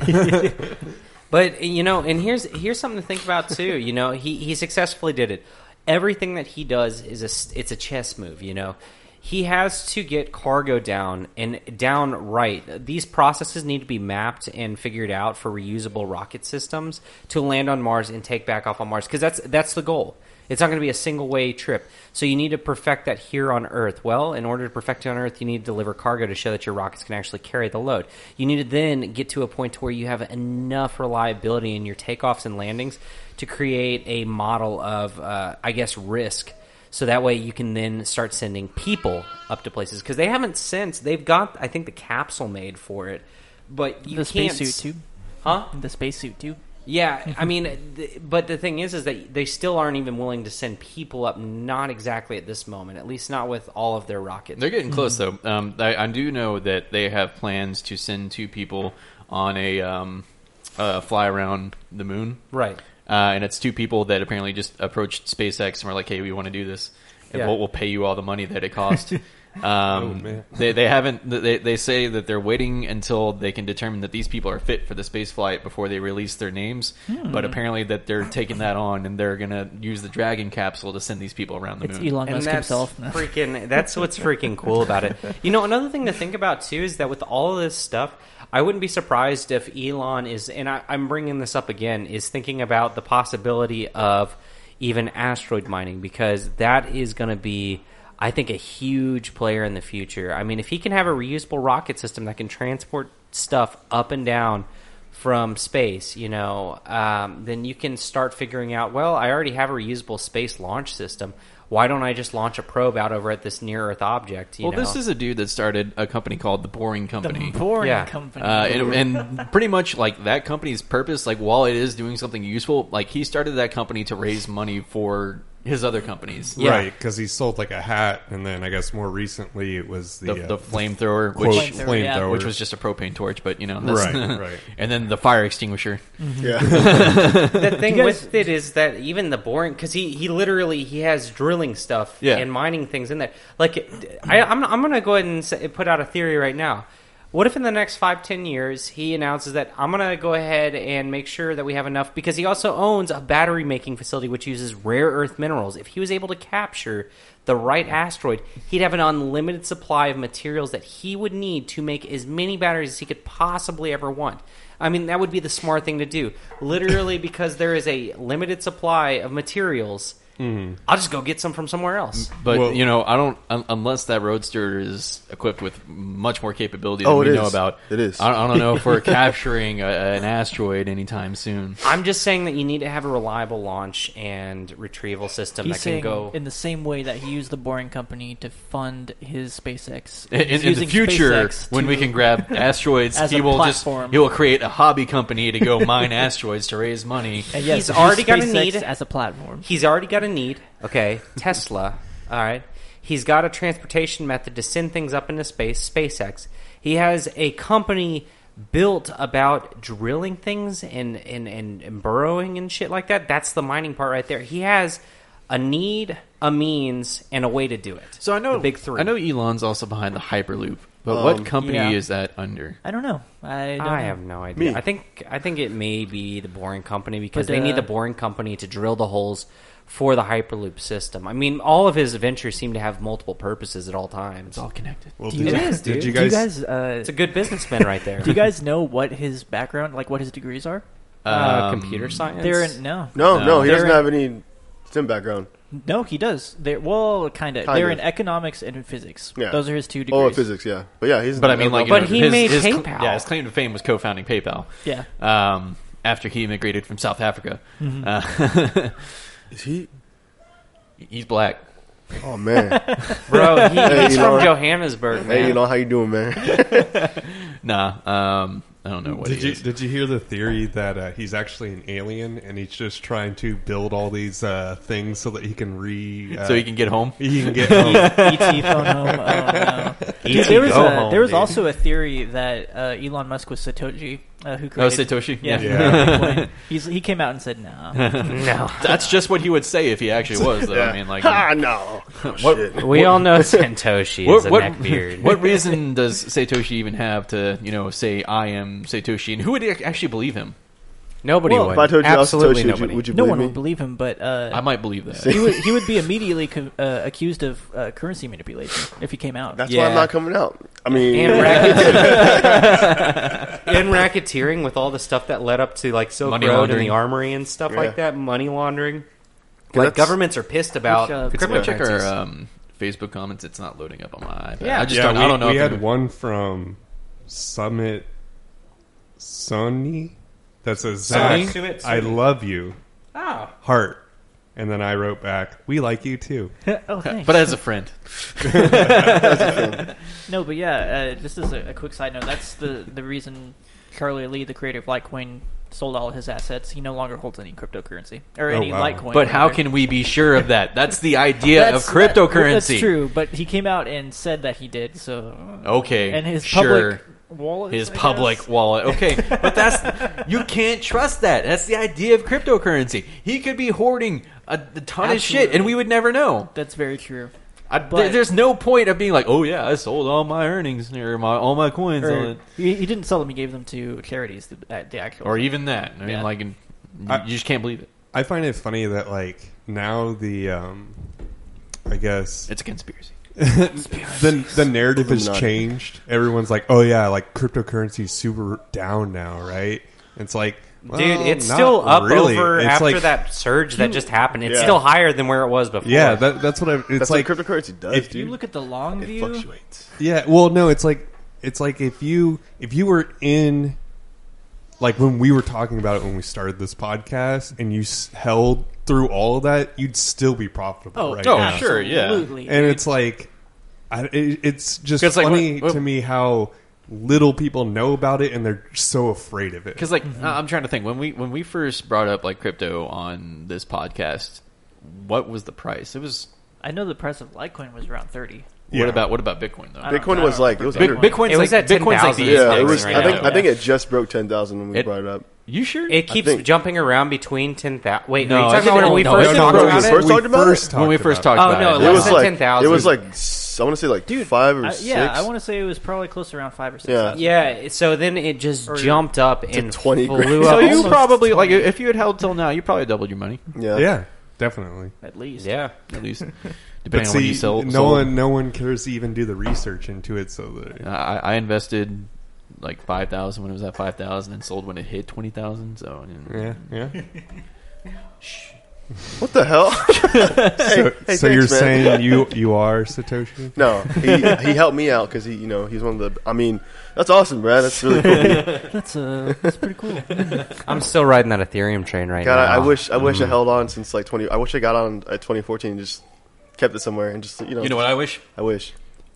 Speaker 2: But you know, and here's here's something to think about too. You know, he he successfully did it. Everything that he does is a s- it's a chess move. You know, he has to get cargo down and down right. These processes need to be mapped and figured out for reusable rocket systems to land on Mars and take back off on Mars because that's that's the goal It's not going to be a single way trip. So you need to perfect that here on Earth. Well, in order to perfect it on Earth, you need to deliver cargo to show that your rockets can actually carry the load. You need to then get to a point to where you have enough reliability in your takeoffs and landings to create a model of, uh, I guess, risk so that way you can then start sending people up to places because they haven't since they've got I think the capsule made for it, but you
Speaker 3: the
Speaker 2: can't
Speaker 3: spacesuit
Speaker 2: s-
Speaker 3: too.
Speaker 2: huh?
Speaker 3: The spacesuit too.
Speaker 2: Yeah, I mean, th- but the thing is, is that they still aren't even willing to send people up. Not exactly at this moment, at least not with all of their rockets.
Speaker 1: They're getting close though. Um, I, I do know that they have plans to send two people on a um, uh, fly around the moon,
Speaker 2: right.
Speaker 1: uh, and it's two people that apparently just approached SpaceX and were like, "Hey, we want to do this, and
Speaker 2: Yeah.
Speaker 1: we'll, we'll pay you all the money that it
Speaker 3: *laughs*
Speaker 1: cost." um,
Speaker 3: Oh,
Speaker 5: man.
Speaker 1: they they haven't. They they say that they're waiting until they can determine that these people are fit for the space flight before they release their names. But
Speaker 3: Hmm.
Speaker 1: apparently, that they're taking that on and they're gonna use the Dragon capsule to send these people around the
Speaker 3: It's
Speaker 1: moon.
Speaker 3: Elon Musk *laughs*
Speaker 2: that's
Speaker 3: himself.
Speaker 2: freaking. That's what's freaking cool about it. You know, another thing to think about too is that with all of this stuff, I wouldn't be surprised if Elon is, and I, I'm bringing this up again, is thinking about the possibility of even asteroid mining because that is going to be. I think a huge player in the future. I mean, if he can have a reusable rocket system that can transport stuff up and down from space, you know, um, then you can start figuring out. Well, I already have a reusable space launch system. Why don't I just launch a probe out over at this near Earth object? You
Speaker 1: well,
Speaker 2: know?
Speaker 1: this is a dude that started a company called the Boring Company.
Speaker 3: The boring
Speaker 2: Yeah.
Speaker 3: company.
Speaker 1: Uh, and, and pretty much like that company's purpose, like while it is doing something useful, like he started that company to raise money for his other companies.
Speaker 2: Yeah.
Speaker 5: Right, because he sold like a hat, and then I guess more recently it was the,
Speaker 1: The,
Speaker 5: uh,
Speaker 1: the flamethrower,
Speaker 5: quote
Speaker 1: which
Speaker 3: Flamethrower, yeah.
Speaker 5: flamethrower,
Speaker 1: which was just a propane torch, but you know, that's- *laughs*
Speaker 5: Right, right.
Speaker 1: and then the fire extinguisher. *laughs*
Speaker 4: Yeah.
Speaker 2: the thing
Speaker 3: You guys-
Speaker 2: with it is that even the boring because he he literally he has drilling stuff
Speaker 1: Yeah.
Speaker 2: and mining things in there. Like I, I'm I'm gonna go ahead and say, put out a theory right now. What if in the next five ten years he announces that I'm gonna go ahead and make sure that we have enough because he also owns a battery making facility which uses rare earth minerals. If he was able to capture the right asteroid, he'd have an unlimited supply of materials that he would need to make as many batteries as he could possibly ever want. I mean, that would be the smart thing to do. Literally, because there is a limited supply of materials, I'll just go get some from somewhere else.
Speaker 1: But
Speaker 5: Well-
Speaker 1: you know, I don't un- unless that roadster is equipped with much more capability than
Speaker 4: Oh, it
Speaker 1: we know
Speaker 4: is.
Speaker 1: about.
Speaker 4: It is.
Speaker 1: I, I don't know if we're capturing a, an asteroid anytime soon.
Speaker 2: I'm just saying that you need to have a reliable launch and retrieval system
Speaker 3: He's
Speaker 2: that can
Speaker 3: saying
Speaker 2: go.
Speaker 3: in the same way that he used the boring company to fund his SpaceX.
Speaker 1: In,
Speaker 3: He's
Speaker 1: in the
Speaker 3: using
Speaker 1: future,
Speaker 3: SpaceX
Speaker 1: when we
Speaker 3: to-
Speaker 1: can *laughs* grab asteroids,
Speaker 3: As
Speaker 1: he
Speaker 3: a
Speaker 1: will just
Speaker 3: platform.
Speaker 1: he will create a hobby company to go *laughs* mine asteroids to raise money.
Speaker 3: And yes,
Speaker 2: He's
Speaker 3: use
Speaker 2: already gonna
Speaker 3: SpaceX
Speaker 2: need-
Speaker 3: as a platform.
Speaker 2: He's already got a need. Okay, *laughs* Tesla. All right. He's got a transportation method to send things up into space, SpaceX. He has a company built about drilling things and, and, and, and burrowing and shit like that. That's the mining part right there. He has a need, a means, and a way to do it.
Speaker 1: So I know
Speaker 2: the big three.
Speaker 1: I know Elon's also behind the Hyperloop, but what company
Speaker 3: yeah.
Speaker 1: is that under?
Speaker 3: I don't know. I don't
Speaker 2: I
Speaker 3: know.
Speaker 2: have no idea. I think I think it may be the Boring Company because
Speaker 3: But,
Speaker 2: they
Speaker 3: uh,
Speaker 2: need the Boring Company to drill the holes for the Hyperloop system. I mean, all of his adventures seem to have multiple purposes at all times.
Speaker 1: It's all connected.
Speaker 5: Well,
Speaker 3: Do
Speaker 5: did,
Speaker 3: you-
Speaker 5: you-
Speaker 2: It is,
Speaker 5: did
Speaker 2: dude.
Speaker 5: you
Speaker 3: Do you
Speaker 5: guys?
Speaker 3: guys? Uh,
Speaker 2: It's a good businessman
Speaker 3: *laughs*
Speaker 2: right there.
Speaker 3: do you guys know what his background, like what his degrees are?
Speaker 2: uh,
Speaker 1: Um,
Speaker 2: computer science?
Speaker 3: They're in, no,
Speaker 4: No,
Speaker 1: No.
Speaker 4: no, he
Speaker 3: They're
Speaker 4: doesn't
Speaker 3: in-
Speaker 4: have any STEM background.
Speaker 3: no. He does. They're well, kind of.
Speaker 4: Kind
Speaker 3: They're
Speaker 4: of.
Speaker 3: in economics and in physics.
Speaker 4: Yeah.
Speaker 3: Those are his two degrees.
Speaker 4: Oh, physics, yeah. But yeah, he's.
Speaker 1: But I mean, like, you
Speaker 2: But
Speaker 1: know,
Speaker 2: he
Speaker 1: his,
Speaker 2: made
Speaker 1: his cl-
Speaker 2: PayPal.
Speaker 1: yeah, his claim to fame was co-founding PayPal.
Speaker 3: Yeah.
Speaker 1: Um, after he immigrated from South Africa, Uh, *laughs*
Speaker 4: is he?
Speaker 1: he's black.
Speaker 4: Oh man,
Speaker 2: *laughs* Bro, he,
Speaker 4: Hey,
Speaker 2: he's
Speaker 4: you
Speaker 2: from
Speaker 4: know-
Speaker 2: Johannesburg, man.
Speaker 4: hey, you know how you doing, man? *laughs*
Speaker 1: Nah. Um, I don't know what
Speaker 5: Did
Speaker 1: he
Speaker 5: you
Speaker 1: is.
Speaker 5: did you hear the theory that uh, he's actually an alien and he's just trying to build all these uh, things so that he can re uh,
Speaker 1: so he can get home. *laughs*
Speaker 5: he can get home.
Speaker 3: ET phone home. Oh, no. Dude, there was, a, there was also a theory that uh, Elon Musk was Satoshi, uh, who
Speaker 1: Oh,
Speaker 3: created.
Speaker 1: Satoshi.
Speaker 3: Yeah,
Speaker 5: Yeah.
Speaker 3: He's, he came out and said,
Speaker 4: *laughs*
Speaker 3: "Nah,
Speaker 2: no.
Speaker 1: *laughs* That's just what he would say if he *laughs* actually was, though. I mean, like,
Speaker 4: ah, no. Oh, shit.
Speaker 2: We all know Santoshi is a
Speaker 1: *laughs*
Speaker 2: neckbeard.
Speaker 1: what reason does Satoshi even have to, you know, say I am Satoshi, and who would ac- actually believe him?
Speaker 2: Nobody
Speaker 3: Well,
Speaker 2: would.
Speaker 4: If I told you I was
Speaker 2: Absolutely
Speaker 4: Satoshi, would you,
Speaker 2: nobody.
Speaker 4: would you
Speaker 3: no
Speaker 4: believe
Speaker 3: one
Speaker 4: me?
Speaker 3: would believe him." But uh,
Speaker 1: I might believe that.
Speaker 3: he would, he would be immediately co- uh, accused of uh, currency manipulation if he came out.
Speaker 4: That's why
Speaker 2: Yeah.
Speaker 4: I'm not coming out. I mean,
Speaker 1: *laughs*
Speaker 2: and racketeering, and racketeering with all the stuff that led up to like Silk
Speaker 1: Money
Speaker 2: Road and
Speaker 1: laundering.
Speaker 2: the Armory and stuff
Speaker 4: Yeah.
Speaker 2: like that, money laundering. Like
Speaker 4: that's-
Speaker 2: governments are pissed about
Speaker 3: We should-
Speaker 1: Could someone check our
Speaker 2: cryptocurrencies.
Speaker 1: um, Facebook comments? It's not loading up on my iPad.
Speaker 2: Yeah.
Speaker 1: I just
Speaker 5: yeah,
Speaker 1: don't,
Speaker 5: we,
Speaker 1: I don't know.
Speaker 5: We
Speaker 1: if
Speaker 5: had
Speaker 1: it-
Speaker 5: one from Summit Sony that says
Speaker 1: Sunny?
Speaker 5: Zach,
Speaker 2: Summit
Speaker 5: I
Speaker 2: Sony.
Speaker 5: love you,
Speaker 2: Oh,
Speaker 5: heart, and then I wrote back, we like you too.
Speaker 3: *laughs* oh, thanks.
Speaker 1: but as a friend,
Speaker 3: No, but yeah, uh, just as a, a quick side note, that's the, the reason Charlie Lee, the creator of Litecoin, sold all his assets. He no longer holds any cryptocurrency or
Speaker 5: Oh,
Speaker 3: any
Speaker 5: wow.
Speaker 3: Litecoin.
Speaker 1: but how
Speaker 3: rather.
Speaker 1: can we be sure of that? That's the idea
Speaker 3: that's,
Speaker 1: of
Speaker 3: that-
Speaker 1: cryptocurrency.
Speaker 3: that's true, but he came out and said that he did. So
Speaker 1: Okay,
Speaker 3: and his
Speaker 1: sure.
Speaker 3: public wallet,
Speaker 1: his
Speaker 3: I guess?
Speaker 1: public wallet.
Speaker 3: *laughs*
Speaker 1: Okay, but that's you can't trust that. That's the idea of cryptocurrency. He could be hoarding a, a ton of shit, and we would never know.
Speaker 3: That's very true.
Speaker 1: I, th-
Speaker 3: But-
Speaker 1: there's no point of being like, oh yeah, I sold all my earnings or my all my coins, on
Speaker 3: Or,
Speaker 1: it."
Speaker 3: he, he didn't sell them; he gave them to charities. The, uh, the actual,
Speaker 1: or even that. I mean,
Speaker 3: Yeah.
Speaker 1: like, you
Speaker 5: I-
Speaker 1: you just can't believe it.
Speaker 5: I find it funny that like now the um, I guess
Speaker 1: It's a conspiracy.
Speaker 5: the the narrative has
Speaker 4: Illuminati.
Speaker 5: changed. Everyone's like, oh yeah, like cryptocurrency's super down now, right? It's like, well,
Speaker 2: dude, it's
Speaker 5: not
Speaker 2: still up
Speaker 5: really.
Speaker 2: over
Speaker 5: It's
Speaker 2: after
Speaker 5: like-
Speaker 2: that surge that just happened. It's
Speaker 4: Yeah.
Speaker 2: still higher than where it was before.
Speaker 5: Yeah, that, that's what I.
Speaker 4: *laughs*
Speaker 5: It's
Speaker 4: That's
Speaker 5: like
Speaker 4: what cryptocurrency does,
Speaker 5: if
Speaker 4: dude.
Speaker 3: you look at the long
Speaker 4: it
Speaker 3: view.
Speaker 4: fluctuates.
Speaker 5: Yeah, well, no, it's like it's like if you if you were in like when we were talking about it when we started this podcast and you s- held through all of that, you'd still be profitable
Speaker 3: Oh,
Speaker 5: right
Speaker 1: oh,
Speaker 5: now.
Speaker 1: sure, yeah.
Speaker 3: absolutely.
Speaker 5: And it's like I, it, it's just
Speaker 1: 'Cause, like,
Speaker 5: funny
Speaker 1: what- what-
Speaker 5: to me how little people know about it and they're so afraid of it.
Speaker 1: Because like I- I'm trying to think when we when we first brought up like crypto on this podcast, what was the price? It was
Speaker 3: I know the price of Litecoin was around thirty.
Speaker 5: Yeah.
Speaker 1: what about what about Bitcoin though?
Speaker 3: I don't
Speaker 4: Bitcoin
Speaker 3: know.
Speaker 4: was like it was
Speaker 1: Big,
Speaker 4: under-
Speaker 1: Bitcoin's
Speaker 2: It was
Speaker 1: like
Speaker 2: at
Speaker 1: Bitcoin's like
Speaker 2: 10,000
Speaker 1: the
Speaker 4: yeah, it
Speaker 2: Bitcoin
Speaker 4: was.
Speaker 2: right
Speaker 4: I think
Speaker 2: now.
Speaker 4: I think it just broke ten thousand when we
Speaker 1: It-
Speaker 4: brought it up.
Speaker 1: You sure?
Speaker 2: It keeps
Speaker 4: think-
Speaker 2: jumping around between ten thousand. Wait,
Speaker 1: No,
Speaker 2: are you
Speaker 1: I
Speaker 2: talking
Speaker 1: think
Speaker 2: about when
Speaker 1: it-
Speaker 2: we
Speaker 1: no,
Speaker 2: first
Speaker 1: it's
Speaker 2: talked
Speaker 4: not
Speaker 2: about
Speaker 4: broken. First
Speaker 2: it?
Speaker 4: talked about it?
Speaker 1: when we first talked
Speaker 2: Oh,
Speaker 1: about
Speaker 2: no,
Speaker 1: it.
Speaker 2: less
Speaker 4: It was
Speaker 2: than
Speaker 4: like
Speaker 2: 10,000.
Speaker 4: it was like s- I want to say like five or
Speaker 3: I,
Speaker 4: six.
Speaker 3: yeah, I want to say it was probably close around five or six.
Speaker 4: Yeah.
Speaker 2: Yeah, so then it just
Speaker 3: Or-
Speaker 2: jumped up and
Speaker 4: 20 grand.
Speaker 2: flew
Speaker 1: So
Speaker 2: up.
Speaker 1: you
Speaker 3: Almost
Speaker 1: probably like if you had held till now, you probably doubled your money
Speaker 4: yeah.
Speaker 5: Yeah, definitely.
Speaker 3: at least.
Speaker 2: yeah.
Speaker 1: at least,
Speaker 5: But
Speaker 1: depending on what
Speaker 5: see,
Speaker 1: you sell.
Speaker 5: no
Speaker 1: sold.
Speaker 5: one, no one cares to even do the research into it. So that,
Speaker 1: I, I invested like five thousand when it was at five thousand, and sold when it hit twenty thousand. So
Speaker 5: yeah, yeah.
Speaker 4: What the hell?
Speaker 5: so,
Speaker 4: hey,
Speaker 5: so you're
Speaker 4: thanks, man. *laughs*
Speaker 5: saying you you are Satoshi?
Speaker 4: no, he he helped me out because he you know he's one of the. I mean, that's awesome, Brad. That's really cool.
Speaker 3: That's uh, that's pretty cool.
Speaker 2: I'm still riding that Ethereum train right
Speaker 4: God,
Speaker 2: now.
Speaker 4: I, I wish I
Speaker 2: Mm-hmm.
Speaker 4: wish I held on since like twenty. I wish I got on at twenty fourteen and just kept it somewhere and just you know.
Speaker 1: you know what I wish?
Speaker 4: I wish.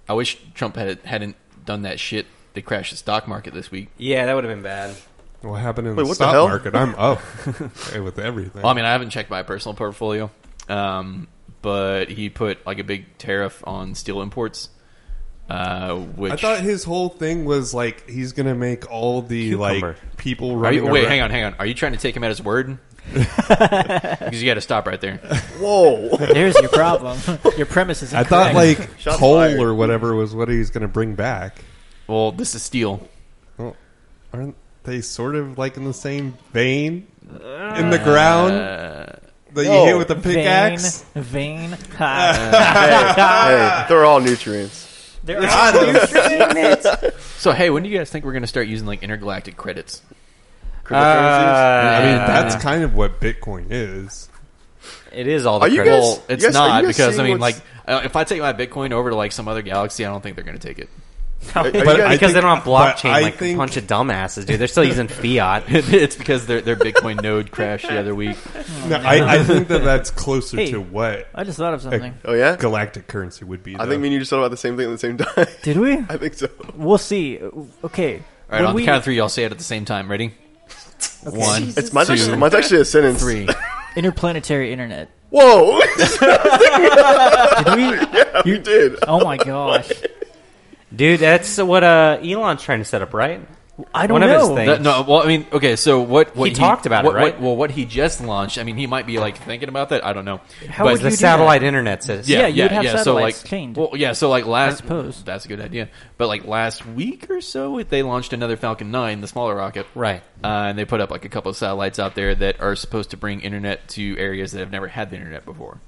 Speaker 1: I wish Trump had hadn't done that shit. They crashed the stock market this week.
Speaker 2: Yeah, that would have been bad.
Speaker 5: What happened in
Speaker 4: Wait,
Speaker 5: the
Speaker 4: what the
Speaker 5: stock
Speaker 4: hell?
Speaker 5: market? I'm *laughs* up with everything.
Speaker 1: Well, I mean, I haven't checked my personal portfolio, um, but he put like a big tariff on steel imports. Uh, which
Speaker 5: I thought his whole thing was like he's gonna make all the
Speaker 2: Cucumber.
Speaker 5: like people
Speaker 1: Are
Speaker 5: running.
Speaker 1: you, wait,
Speaker 5: around-
Speaker 1: hang on, hang on. Are you trying to take him at his
Speaker 5: *laughs*
Speaker 1: word? because you got to stop right there.
Speaker 4: Whoa.
Speaker 3: There's your *laughs* problem. Your premise is.
Speaker 5: I thought
Speaker 3: incorrect.
Speaker 4: *laughs*
Speaker 5: like
Speaker 4: Shots
Speaker 5: coal
Speaker 4: fired.
Speaker 5: or whatever was what he was gonna bring back.
Speaker 1: Well, this is steel.
Speaker 5: Well, aren't they sort of like in the same vein in the ground that you
Speaker 4: No.
Speaker 5: hit with the pickaxe?
Speaker 3: *laughs* Vein. vein. Ha.
Speaker 4: hey, they're all nutrients.
Speaker 3: there *laughs* are
Speaker 1: So, hey, when do you guys think we're going to start using like intergalactic credits?
Speaker 4: Cryptocurrencies.
Speaker 5: I mean, that's kind of what Bitcoin is.
Speaker 2: it is all the
Speaker 4: Are you
Speaker 2: credit.
Speaker 4: guys-
Speaker 1: Well, it's
Speaker 4: yes, are
Speaker 1: not
Speaker 4: you guys
Speaker 1: because I
Speaker 4: seeing
Speaker 1: mean, like,
Speaker 4: what's-
Speaker 1: uh, if I take my Bitcoin over to like some other galaxy, I don't think they're going to take it. *laughs*
Speaker 4: Are- are you
Speaker 5: But
Speaker 4: guys-
Speaker 5: I
Speaker 2: because they don't have
Speaker 5: think- but
Speaker 2: blockchain
Speaker 5: I
Speaker 2: like
Speaker 5: think-
Speaker 2: a bunch of dumbasses, dude. They're still
Speaker 1: *laughs*
Speaker 2: using fiat.
Speaker 1: it's because their their Bitcoin node crashed the other week.
Speaker 5: No, I, I think that that's closer
Speaker 3: Hey.
Speaker 5: to what
Speaker 3: I just thought of something.
Speaker 4: oh yeah.
Speaker 5: galactic currency would be.
Speaker 4: I
Speaker 5: though.
Speaker 4: think me and you just thought about the same thing at the same *laughs* time.
Speaker 3: Did we?
Speaker 4: I think so.
Speaker 3: We'll see. Okay.
Speaker 1: All right,
Speaker 3: When
Speaker 1: on
Speaker 3: we-
Speaker 1: the count of three, y'all say it at the same time. Ready? One,
Speaker 4: It's mine's
Speaker 1: two,
Speaker 4: actually, mine's actually a sentence.
Speaker 1: three.
Speaker 3: Interplanetary internet.
Speaker 4: Whoa. *laughs*
Speaker 3: Did we?
Speaker 4: you did.
Speaker 3: Oh my gosh.
Speaker 2: Dude, that's what uh, Elon's trying to set up, right?
Speaker 3: I don't
Speaker 2: One of his
Speaker 3: know.
Speaker 2: things.
Speaker 1: That- no, well, I mean, okay. So what? what
Speaker 2: talked about it,
Speaker 1: what- what-
Speaker 2: right?
Speaker 1: well, what he just launched. I mean, he might be like thinking about that. I don't know.
Speaker 3: How
Speaker 1: But-
Speaker 3: would
Speaker 2: The
Speaker 3: you do
Speaker 2: satellite
Speaker 3: that?
Speaker 2: internet says.
Speaker 3: Yeah, you would have satellites
Speaker 1: so like,
Speaker 3: chained.
Speaker 1: Well, yeah, so like last
Speaker 3: suppose.
Speaker 1: that's a good idea. But like last week or so, they launched another Falcon 9, the smaller rocket,
Speaker 2: Right.
Speaker 1: Uh, and they put up like a couple of satellites out there that are supposed to bring internet to areas that have never had the internet before.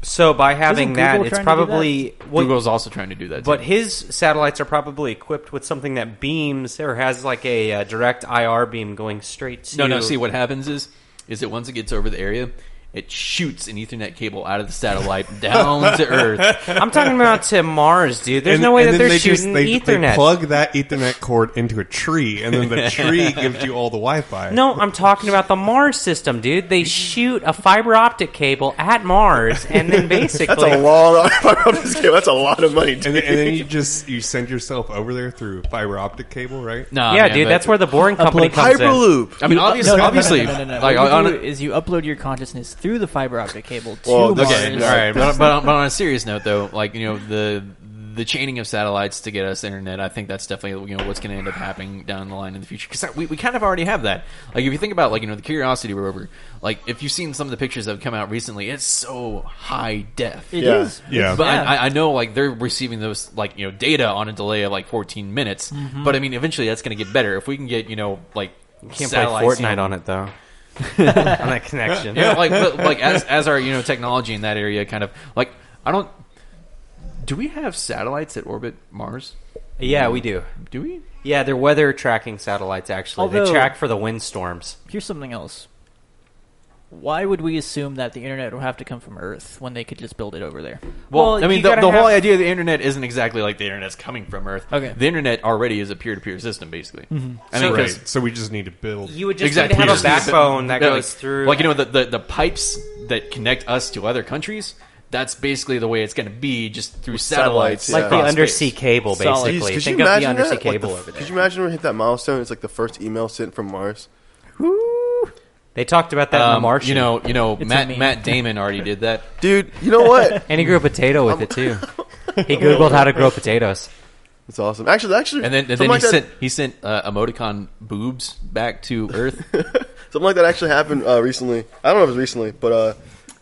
Speaker 2: So by
Speaker 3: Isn't
Speaker 2: having that,
Speaker 3: Google
Speaker 2: it's
Speaker 3: trying to do
Speaker 2: probably what-
Speaker 1: Google's also trying to do that.
Speaker 2: But
Speaker 1: too.
Speaker 2: his satellites are probably equipped with something that beams or has like a uh, direct IR beam going straight to. *laughs*
Speaker 1: no, no. See, what happens is, is it once it gets over the area, It shoots an Ethernet cable out of the satellite *laughs* down to Earth.
Speaker 3: *laughs*
Speaker 2: I'm talking about to Mars, dude. There's
Speaker 5: And-
Speaker 2: no way
Speaker 5: and
Speaker 2: that
Speaker 5: then
Speaker 2: they're
Speaker 5: they
Speaker 2: shooting
Speaker 5: just- they, they
Speaker 2: Ethernet.
Speaker 5: plug that Ethernet cord into a tree, and then the
Speaker 2: *laughs*
Speaker 5: tree gives you all the Wi-Fi.
Speaker 2: no, I'm talking about the Mars system, dude. They shoot a fiber optic cable at Mars, and *laughs* then
Speaker 4: That's
Speaker 2: basically
Speaker 4: a long. *laughs* I'm just kidding, That's a lot of money.
Speaker 5: and
Speaker 4: Dude.
Speaker 5: then, and then you just you send yourself over there through fiber optic cable, right?
Speaker 1: Nah,
Speaker 2: yeah,
Speaker 1: man,
Speaker 2: dude.
Speaker 1: but-
Speaker 2: That's where the boring company
Speaker 3: Upload
Speaker 2: comes in.
Speaker 4: Hyperloop.
Speaker 1: I mean,
Speaker 3: You- uh,
Speaker 1: obviously,
Speaker 3: no, no, no,
Speaker 1: obviously,
Speaker 3: no, no, no, no.
Speaker 1: like
Speaker 3: what
Speaker 1: on,
Speaker 3: you
Speaker 1: on
Speaker 3: do is you upload your consciousness through the fiber optic cable to
Speaker 4: Well,
Speaker 3: Mars.
Speaker 4: okay,
Speaker 1: all right, but, but, on, but on a serious note, though, like you know the the chaining of satellites to get us internet, I think that's definitely you know what's going to end up happening down the line in the future because we, we kind of already have that. Like if you think about like you know the Curiosity rover, like if you've seen some of the pictures that have come out recently, it's so high def.
Speaker 3: It
Speaker 4: Yeah.
Speaker 3: is.
Speaker 5: Yeah.
Speaker 3: It's-
Speaker 5: But
Speaker 1: But I I, I know like they're receiving those like you know data on a delay of like 14 minutes. But I mean, eventually that's going to get better if we can get you know like
Speaker 2: Can't play Fortnite on it *laughs* though. on that connection.
Speaker 1: yeah, like but, like
Speaker 2: *laughs*
Speaker 1: as as our you know technology in that area kind of like I don't. Do we have satellites that orbit Mars?
Speaker 2: Yeah, we do.
Speaker 1: Do we?
Speaker 2: Yeah, they're weather tracking satellites. Actually, they
Speaker 3: Although-
Speaker 2: track for the windstorms.
Speaker 3: Here's something else. Why would we assume that the internet would have to come from Earth when they could just build it over there?
Speaker 1: Well,
Speaker 2: Well,
Speaker 1: I
Speaker 2: you
Speaker 1: mean, the,
Speaker 2: gotta
Speaker 1: the whole
Speaker 2: have-
Speaker 1: idea of the internet isn't exactly like the internet's coming from Earth.
Speaker 3: Okay.
Speaker 1: the internet already is a peer-to-peer system, basically.
Speaker 2: Mm-hmm.
Speaker 1: I mean, 'cause-
Speaker 5: right. So we just need to build.
Speaker 2: You would just
Speaker 1: exactly.
Speaker 2: need to have a
Speaker 1: Peer-to-peer system.
Speaker 2: backbone that
Speaker 1: Yeah,
Speaker 2: goes
Speaker 1: like-
Speaker 2: through.
Speaker 1: like you know the, the the pipes that connect us to other countries. That's basically the way it's going to be, just through satellites,
Speaker 4: satellites, yeah.
Speaker 2: like
Speaker 1: across
Speaker 2: the undersea
Speaker 1: uh, space.
Speaker 2: cable,
Speaker 3: Solid.
Speaker 2: basically.
Speaker 4: Jeez, could
Speaker 2: Think
Speaker 4: you
Speaker 2: of the
Speaker 4: imagine
Speaker 2: undersea
Speaker 4: that? Like,
Speaker 2: cable
Speaker 4: the f-
Speaker 2: over there.
Speaker 4: Could you imagine when we hit that milestone? It's like the first email sent from Mars.
Speaker 2: They talked about that in The
Speaker 1: Um,
Speaker 2: Martian.
Speaker 1: you know, you know, Matt
Speaker 3: meme.
Speaker 1: Matt Damon already did that.
Speaker 4: Dude, you
Speaker 1: *laughs*
Speaker 4: know what?
Speaker 2: and he grew a potato with it too. He googled how to grow potatoes.
Speaker 4: That's awesome. Actually, actually,
Speaker 1: And then, and
Speaker 4: something
Speaker 1: then he
Speaker 4: like that,
Speaker 1: sent he sent uh, emoticon boobs back to *laughs* Earth.
Speaker 4: something like that actually happened uh, recently. I don't know if it was recently, but uh,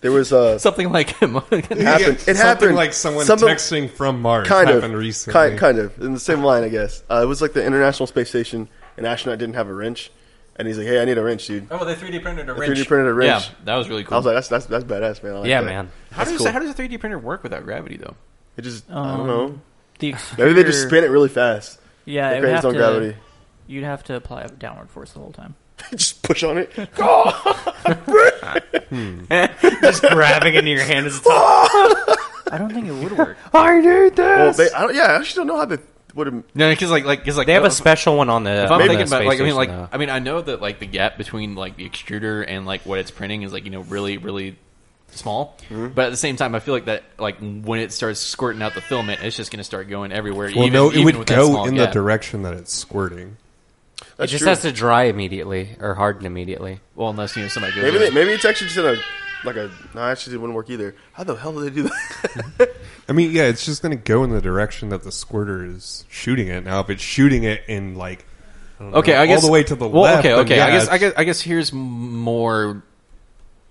Speaker 4: there was uh,
Speaker 1: Something like *laughs* emoticon.
Speaker 4: happened. It
Speaker 5: something
Speaker 4: happened.
Speaker 5: like someone
Speaker 4: Something-
Speaker 5: texting from Mars
Speaker 4: kind
Speaker 5: happened
Speaker 4: of
Speaker 5: recently.
Speaker 4: Kind, kind of in the same line, I guess. Uh, it was like the International Space Station. An astronaut didn't have a wrench, and he's like, "Hey, I need a wrench, dude."
Speaker 1: Oh, they 3D printed a
Speaker 4: wrench. 3D printed a wrench.
Speaker 1: Yeah, that was really cool.
Speaker 4: I was like, "That's that's that's badass, man." I like
Speaker 2: Yeah,
Speaker 4: that.
Speaker 2: man.
Speaker 1: how does
Speaker 4: that's cool.
Speaker 1: how does a 3D printer work without gravity though?
Speaker 4: It just I don't
Speaker 3: Um,
Speaker 4: know.
Speaker 3: The
Speaker 4: Maybe they just
Speaker 3: exterior-
Speaker 4: spin it really fast.
Speaker 3: Yeah,
Speaker 4: The
Speaker 3: it would
Speaker 4: cranes
Speaker 3: have
Speaker 4: on
Speaker 3: to-
Speaker 4: gravity. *laughs*
Speaker 3: You'd have to apply a downward force the whole time.
Speaker 4: just push on
Speaker 2: *laughs*
Speaker 4: it.
Speaker 2: Just grabbing into your hand as a
Speaker 3: *laughs* I don't think
Speaker 1: *laughs*
Speaker 3: it would work.
Speaker 2: I need this.
Speaker 4: Well, they, I don't, yeah, I actually don't know how they would have.
Speaker 1: *laughs* No, because like like because like
Speaker 2: they have
Speaker 1: uh,
Speaker 2: a special one on the.
Speaker 1: If I'm
Speaker 2: on the
Speaker 1: thinking about
Speaker 2: space
Speaker 1: like I mean
Speaker 2: station,
Speaker 1: like
Speaker 2: though.
Speaker 1: I mean I know that like the gap between like the extruder and like what it's printing is like you know really really small, but at the same time I feel like that like when it starts squirting out the filament, it's just going to start going everywhere.
Speaker 5: well,
Speaker 1: even,
Speaker 5: no, it
Speaker 1: even
Speaker 5: would
Speaker 1: with that
Speaker 5: go
Speaker 1: small
Speaker 5: in
Speaker 1: gap.
Speaker 5: the direction that it's squirting.
Speaker 2: it
Speaker 4: That's
Speaker 2: just
Speaker 4: true.
Speaker 2: has to dry immediately or harden immediately.
Speaker 1: Well, unless you know somebody goes
Speaker 4: Maybe
Speaker 1: over-
Speaker 4: they, maybe it's actually just in a like a. No, actually, it wouldn't work either. How the hell did they do that?
Speaker 2: *laughs*
Speaker 5: I mean, yeah, it's just going to go in the direction that the squirter is shooting it. Now, if it's shooting it in like I don't know,
Speaker 1: okay, I guess
Speaker 5: all the way to the
Speaker 1: well,
Speaker 5: left.
Speaker 1: Okay,
Speaker 5: then
Speaker 1: okay. I
Speaker 5: yeah,
Speaker 1: guess I guess I guess here's more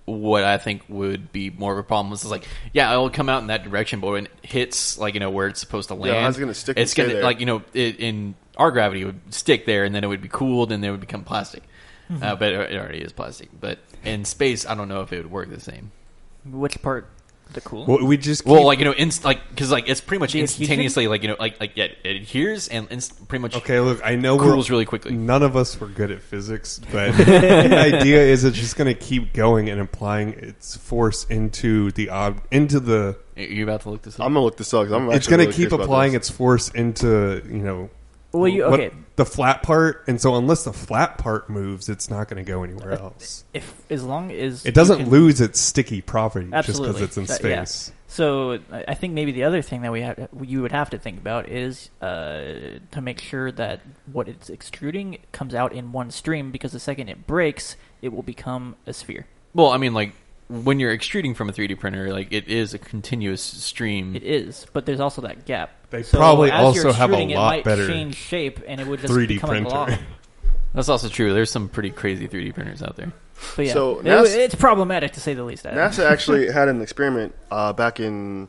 Speaker 1: what I think would be more of a problem. This is like, yeah, it'll come out in that direction, but when it hits like you know where it's supposed to
Speaker 4: Yeah,
Speaker 1: land,
Speaker 4: I was gonna stick and
Speaker 1: It's
Speaker 4: stay
Speaker 1: gonna
Speaker 4: there.
Speaker 1: like you know it, in our gravity it would stick there, and then it would be cooled, and then it would become plastic.
Speaker 5: Mm-hmm.
Speaker 1: Uh, but it it already is plastic. But in space, I don't know if it would work the same.
Speaker 3: Which part? The cool.
Speaker 5: Well, we just keep,
Speaker 1: Well, like you know, inst- like because like it's pretty much
Speaker 3: The adhesion?
Speaker 1: instantaneously, like you know, like like yeah, it adheres and inst- pretty much
Speaker 5: okay. Look, I know
Speaker 1: cools
Speaker 5: we're,
Speaker 1: really quickly.
Speaker 5: none of us were good at physics,
Speaker 1: *laughs*
Speaker 5: but the idea is it's just going to keep going and applying its force into the ob- into the.
Speaker 1: Are you about to look this up?
Speaker 4: I'm gonna look this up. 'cause I'm
Speaker 5: It's
Speaker 4: actually
Speaker 5: going
Speaker 4: really
Speaker 5: to keep
Speaker 4: curious about
Speaker 5: applying
Speaker 4: this.
Speaker 5: its force into you know.
Speaker 3: Well, you
Speaker 5: what-
Speaker 3: okay?
Speaker 5: the flat part, and so unless the flat part moves, it's not going to go anywhere
Speaker 3: Uh,
Speaker 5: else.
Speaker 3: If as long as
Speaker 5: It doesn't
Speaker 3: you can-
Speaker 5: lose its sticky property
Speaker 3: Absolutely.
Speaker 5: just because it's in
Speaker 3: That- yeah.
Speaker 5: space.
Speaker 3: So I I think maybe the other thing that we have, you would have to think about is uh, to make sure that what it's extruding comes out in one stream because the second it breaks, it will become a sphere.
Speaker 1: Well, I mean, like when you're extruding from a 3D printer, like it is a continuous stream.
Speaker 3: It is, but there's also that gap.
Speaker 5: They
Speaker 3: So
Speaker 5: probably
Speaker 3: as you're
Speaker 5: also have a
Speaker 3: extruding,
Speaker 5: lot
Speaker 3: it might
Speaker 5: better
Speaker 3: change shape, and it would just
Speaker 5: 3D
Speaker 3: become
Speaker 5: printer.
Speaker 3: a
Speaker 5: *laughs*
Speaker 3: block.
Speaker 1: That's also true. There's some pretty crazy 3D printers out there.
Speaker 3: But yeah,
Speaker 4: So
Speaker 3: it-
Speaker 4: NASA-
Speaker 3: it's problematic to say the least. Adam.
Speaker 4: NASA actually had an experiment uh, back in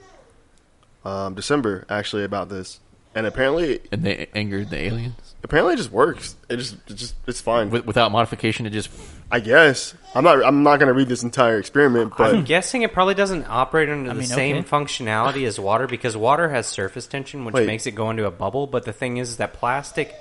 Speaker 4: um, December, actually, about this, and apparently,
Speaker 1: And they angered the aliens
Speaker 4: apparently, it just works. It just, it just, it's fine.
Speaker 1: With, without modification. It just
Speaker 4: I guess I'm not, I'm not gonna read this entire experiment,
Speaker 2: I'm
Speaker 4: but
Speaker 2: guessing it probably doesn't operate under
Speaker 3: I
Speaker 2: the
Speaker 3: mean,
Speaker 2: same
Speaker 3: okay.
Speaker 2: functionality as water because water has surface tension, which
Speaker 4: Wait.
Speaker 2: makes it go into a bubble. But the thing is, is that plastic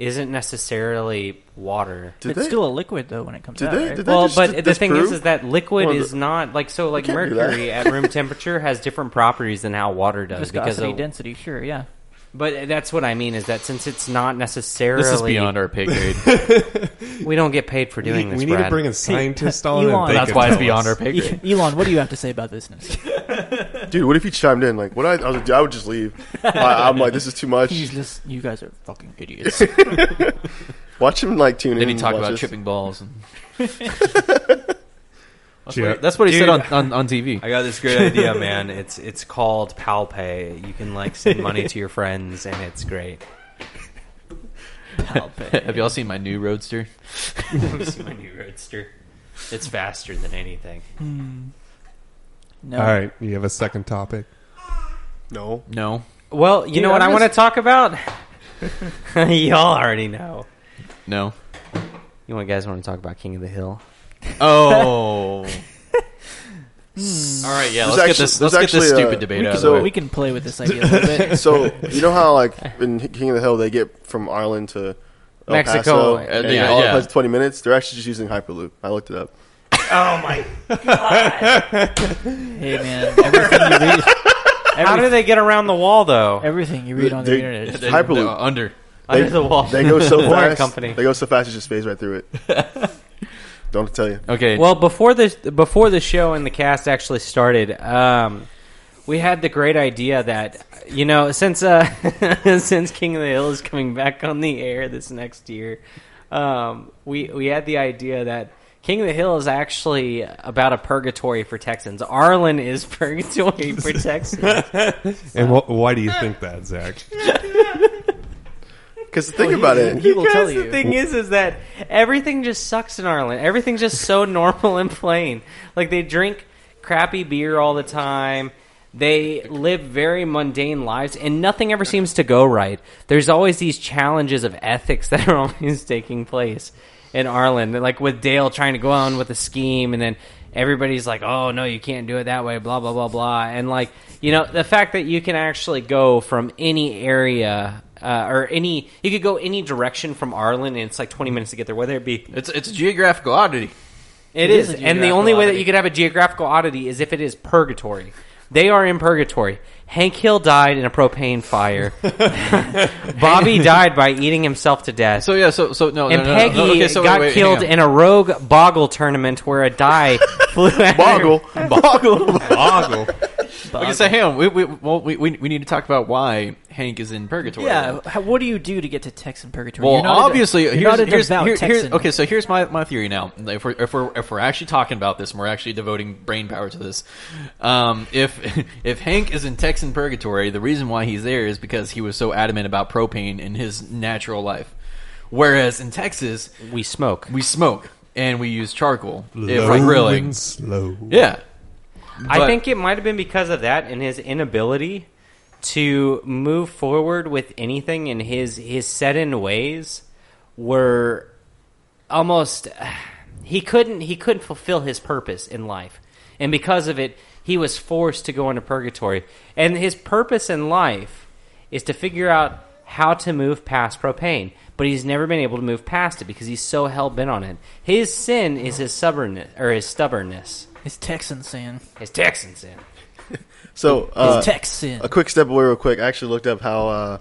Speaker 2: isn't necessarily water.
Speaker 4: Did
Speaker 3: it's
Speaker 4: they?
Speaker 3: still a liquid though when it comes
Speaker 4: Did
Speaker 3: out.
Speaker 4: they-
Speaker 3: right?
Speaker 4: did they-
Speaker 2: Well,
Speaker 4: just
Speaker 2: but the thing is,
Speaker 4: disprove?
Speaker 2: is that liquid
Speaker 4: Or the-
Speaker 2: is not like so. Like
Speaker 4: can't do that.
Speaker 2: mercury at room temperature has different properties than how water does.
Speaker 3: Viscosity,
Speaker 2: because of,
Speaker 3: density, sure, yeah.
Speaker 2: but that's what I mean is that since it's not necessarily,
Speaker 1: This is beyond our pay
Speaker 2: *laughs*
Speaker 1: grade.
Speaker 2: we don't get paid for
Speaker 5: We,
Speaker 2: doing
Speaker 5: need-
Speaker 2: this.
Speaker 5: we need to
Speaker 2: Brad.
Speaker 5: bring a
Speaker 3: *laughs*
Speaker 5: scientist on.
Speaker 3: Elon.
Speaker 5: and they
Speaker 1: That's
Speaker 5: can
Speaker 1: why it's
Speaker 5: tell
Speaker 1: beyond our
Speaker 5: us.
Speaker 1: pay
Speaker 2: *laughs*
Speaker 1: grade.
Speaker 3: E, Elon, what do you have to say about
Speaker 4: *laughs*
Speaker 3: this?
Speaker 4: Dude, what if he chimed in? Like, what I, I was like, dude, I would just leave. I, I'm like, this is too much.
Speaker 3: He's just, you guys are fucking
Speaker 4: *laughs*
Speaker 3: idiots.
Speaker 4: Watch him like tune in.
Speaker 1: Then he
Speaker 4: and
Speaker 1: talked
Speaker 4: watch
Speaker 1: about
Speaker 4: us.
Speaker 1: tripping balls.
Speaker 2: *laughs*
Speaker 1: And... that's,
Speaker 5: Yeah.
Speaker 1: what, that's what he said on,
Speaker 2: Dude.
Speaker 1: on, on TV.
Speaker 2: I got this great idea, man. It's it's called PalPay. You can like send money to your friends, and it's *laughs* great.
Speaker 1: *laughs*
Speaker 3: *laughs*
Speaker 1: Have y'all seen my new Roadster?
Speaker 2: It's my new roadster. It's faster than anything.
Speaker 3: Hmm. No.
Speaker 5: All right, you have a second topic.
Speaker 4: No.
Speaker 1: No.
Speaker 2: Well, you
Speaker 3: Dude,
Speaker 2: know what
Speaker 3: I'm
Speaker 2: I want to
Speaker 3: just-
Speaker 2: talk about. *laughs* Y'all already know. *laughs*
Speaker 1: No.
Speaker 2: You want guys want to talk about King of the Hill?
Speaker 1: Oh. All right, yeah.
Speaker 4: There's
Speaker 1: Let's get
Speaker 4: actually-
Speaker 1: this. Let's get
Speaker 4: there's
Speaker 1: this
Speaker 4: actually, uh,
Speaker 1: stupid debate
Speaker 3: we,
Speaker 1: out
Speaker 3: can,
Speaker 1: of the
Speaker 4: so-
Speaker 1: way.
Speaker 3: we can play with this idea a little *laughs* bit.
Speaker 4: So you know
Speaker 1: *laughs*
Speaker 4: how like in King of the Hill they get from Ireland to El
Speaker 2: Mexico.
Speaker 4: Paso,
Speaker 2: Uh,
Speaker 4: and
Speaker 1: yeah,
Speaker 4: all it
Speaker 1: yeah.
Speaker 4: takes twenty minutes. They're actually just using Hyperloop. I looked it up.
Speaker 2: Oh my!
Speaker 3: Hey man, everything you read,
Speaker 2: How do
Speaker 3: every,
Speaker 2: they get around the wall though?
Speaker 3: everything you read on the
Speaker 4: They-
Speaker 3: internet is
Speaker 1: They-
Speaker 4: Hyperloop.
Speaker 1: they're under.
Speaker 2: Under
Speaker 4: they-
Speaker 2: the wall.
Speaker 4: They
Speaker 1: *laughs*
Speaker 4: go so
Speaker 2: *laughs* Foreign
Speaker 4: fast.
Speaker 2: company.
Speaker 4: They go so fast, it just space right through it. Don't tell you.
Speaker 1: Okay.
Speaker 2: Well, before the before the show and the cast actually started, um, we had the great idea that you know since uh, *laughs* since King of the Hill is coming back on the air this next year, um, we we had the idea that. King of the Hill is actually about a purgatory for Texans. Arlen is *laughs* purgatory for Texans.
Speaker 5: And wh- why do you think that, Zach?
Speaker 4: Because think about it.
Speaker 3: *laughs* he will
Speaker 2: Because
Speaker 3: tell
Speaker 2: the
Speaker 3: you.
Speaker 2: thing is, is that everything just sucks in Ireland. Everything's just so *laughs* normal and plain. Like they drink crappy beer all the time. They live very mundane lives, and nothing ever seems to go right. There's always these challenges of ethics *laughs* that are always taking place in Ireland. Like with Dale trying to go on with a scheme, and then everybody's like, "Oh no, you can't do it that way." Blah blah blah blah. And like you know, the fact that you can actually go from any area uh, or any you could go any direction from Ireland, and it's like 20 minutes to get there, whether it be
Speaker 1: it's it's a geographical oddity.
Speaker 3: It
Speaker 2: it is,
Speaker 3: is a
Speaker 2: and the
Speaker 3: geographical
Speaker 2: only way that
Speaker 3: oddity.
Speaker 2: you could have a geographical oddity is if it is purgatory. They are in purgatory. Hank Hill died in a propane
Speaker 1: *laughs*
Speaker 2: fire. Bobby died by eating himself to death.
Speaker 1: So yeah. So so no. no,
Speaker 2: and
Speaker 1: no, no,
Speaker 2: Peggy
Speaker 1: okay, so wait,
Speaker 2: got
Speaker 1: wait, hang
Speaker 2: killed
Speaker 1: on.
Speaker 2: in a rogue boggle tournament where
Speaker 1: *laughs*
Speaker 2: a die flew at her.
Speaker 4: Boggle. Boggle.
Speaker 5: Boggle.
Speaker 1: Okay, so hang on. We, we, well, we, we we need to talk about why Hank is in purgatory.
Speaker 3: *laughs* *laughs* yeah, how, what do you do to get to Texan purgatory?
Speaker 1: Well,
Speaker 3: You're not a-
Speaker 1: obviously,
Speaker 3: you're
Speaker 1: here's,
Speaker 3: not a
Speaker 1: here's,
Speaker 3: devout
Speaker 1: here- here-
Speaker 3: Texan.
Speaker 1: okay. So here's my, my theory now. If we're, if we're if we're actually talking about this, and we're actually devoting brain power to this, um, if *laughs* if Hank is in Texan purgatory, the reason why he's there is because he was so adamant about propane in his natural life. Whereas in Texas,
Speaker 2: We smoke.
Speaker 1: we smoke and we use charcoal if
Speaker 5: Low
Speaker 1: we're grilling.
Speaker 5: and slow.
Speaker 1: Yeah,
Speaker 2: I
Speaker 1: But-
Speaker 2: think it might have been because of that and his inability to move forward with anything and his his set in ways were almost *sighs* he couldn't he couldn't fulfill his purpose in life. And because of it, he was forced to go into purgatory. And his purpose in life is to figure out how to move past propane, but he's never been able to move past it because he's so hell bent on it. His sin is his stubbornness or his stubbornness.
Speaker 3: it's Texan sin.
Speaker 2: His Texan sin.
Speaker 4: So
Speaker 3: It's
Speaker 4: uh,
Speaker 3: Texan.
Speaker 4: a quick step away, real quick. I actually looked up how uh,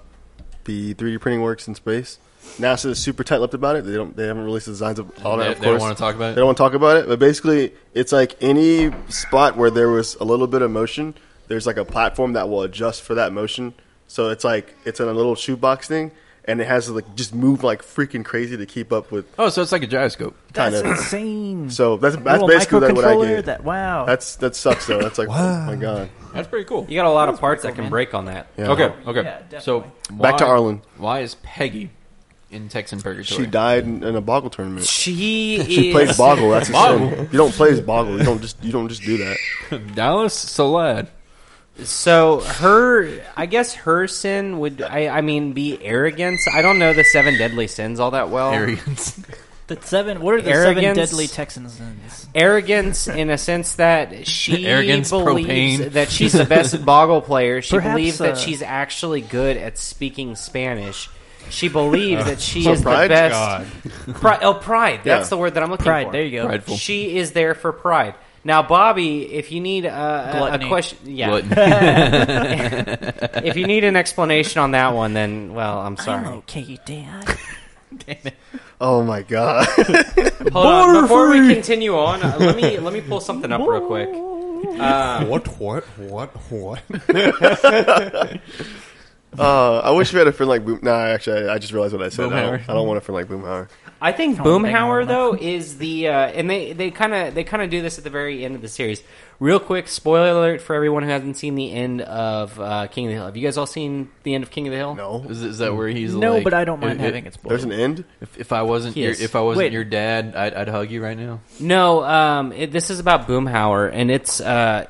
Speaker 4: the 3D printing works in space. NASA is super tight-lipped about it. They don't. They haven't released the designs of all
Speaker 1: They-
Speaker 4: that. Of
Speaker 1: they don't
Speaker 4: course,
Speaker 1: wanna talk about it?
Speaker 4: They don't want to talk about it. But basically, it's like any spot where there was a little bit of motion. There's like a platform that will adjust for that motion. So it's like it's in a little shoebox thing, and it has to like just move like freaking crazy to keep up with
Speaker 1: Oh, so it's like a gyroscope.
Speaker 4: kind
Speaker 3: that's
Speaker 4: of.
Speaker 3: insane.
Speaker 4: So that's that's
Speaker 3: Little
Speaker 4: basically that what I
Speaker 3: microcontroller,
Speaker 4: did.
Speaker 3: That wow.
Speaker 4: That's that sucks though. That's like oh my god.
Speaker 1: That's pretty cool.
Speaker 2: You got a lot of parts that can break on that.
Speaker 4: Yeah.
Speaker 1: Okay. Okay.
Speaker 3: Yeah,
Speaker 1: so
Speaker 4: Back to
Speaker 1: why-
Speaker 4: Arlen.
Speaker 1: Why is Peggy in Texan purgatory?
Speaker 4: She died in, in a boggle tournament.
Speaker 1: *laughs*
Speaker 2: She is.
Speaker 4: She played Boggle. That's a
Speaker 1: Boggle.
Speaker 4: sin. You don't play as Boggle. You don't just you don't just do
Speaker 1: *laughs*
Speaker 4: that.
Speaker 1: Dallas Salad.
Speaker 2: So her, I guess her sin would, I, I mean, be arrogance. I don't know the seven deadly sins all that
Speaker 3: *laughs*
Speaker 2: well.
Speaker 1: Arrogance.
Speaker 3: the seven. What are the
Speaker 2: Arrogance.
Speaker 3: seven deadly Texan sins?
Speaker 2: Arrogance in a sense that
Speaker 1: *laughs*
Speaker 2: she
Speaker 1: Arrogance,
Speaker 2: believes
Speaker 1: propane.
Speaker 2: that
Speaker 1: *laughs*
Speaker 2: she's the best Boggle player. She
Speaker 3: Perhaps,
Speaker 2: believes that
Speaker 3: uh,
Speaker 2: she's actually good at speaking Spanish. She believes
Speaker 1: Uh,
Speaker 2: that she
Speaker 4: So
Speaker 2: is the
Speaker 4: Pride's
Speaker 2: best.
Speaker 5: God.
Speaker 2: Pri-
Speaker 1: *laughs*
Speaker 2: oh, pride. That's
Speaker 4: Yeah.
Speaker 2: the word that I'm looking
Speaker 3: Pride.
Speaker 2: for.
Speaker 3: There you go.
Speaker 1: Prideful.
Speaker 2: She is there for pride. Now, Bobby, if you need uh, a, a,
Speaker 3: Gluttony.
Speaker 2: question, yeah,
Speaker 3: *laughs*
Speaker 1: Gluttony.
Speaker 2: if you need an explanation on that one, then well, I'm sorry.
Speaker 3: I'm okay, Dad. Damn it.
Speaker 4: Oh my god.
Speaker 2: Hold on, before we
Speaker 5: Butterfree.
Speaker 2: continue on, uh, let me let me pull something up real quick.
Speaker 5: Uh, what? What? What?
Speaker 4: *laughs*
Speaker 5: What?
Speaker 4: uh, I wish we had a friend like Boom. Nah, actually, I, I just realized what I said. I
Speaker 1: Boomhauer.
Speaker 4: don't, I don't want a friend like Boomhauer.
Speaker 2: I think
Speaker 3: don't think I
Speaker 2: Boomhauer
Speaker 3: know
Speaker 2: though is the uh, and they they kind of they kind of do this at the very end of the series. Real quick, spoiler alert for everyone who hasn't seen the end of uh, King of the Hill. Have you guys all seen the end of King of the Hill?
Speaker 4: No,
Speaker 1: Is, is that where he's
Speaker 3: No,
Speaker 1: like,
Speaker 3: but I don't mind
Speaker 1: if-
Speaker 3: having it spoiled.
Speaker 4: there's an end.
Speaker 1: If, if I wasn't your,
Speaker 2: Yes.
Speaker 1: if I wasn't
Speaker 3: Wait.
Speaker 1: your dad, I'd, I'd hug you right now.
Speaker 2: No, um, it, this is about Boomhauer, and it's uh,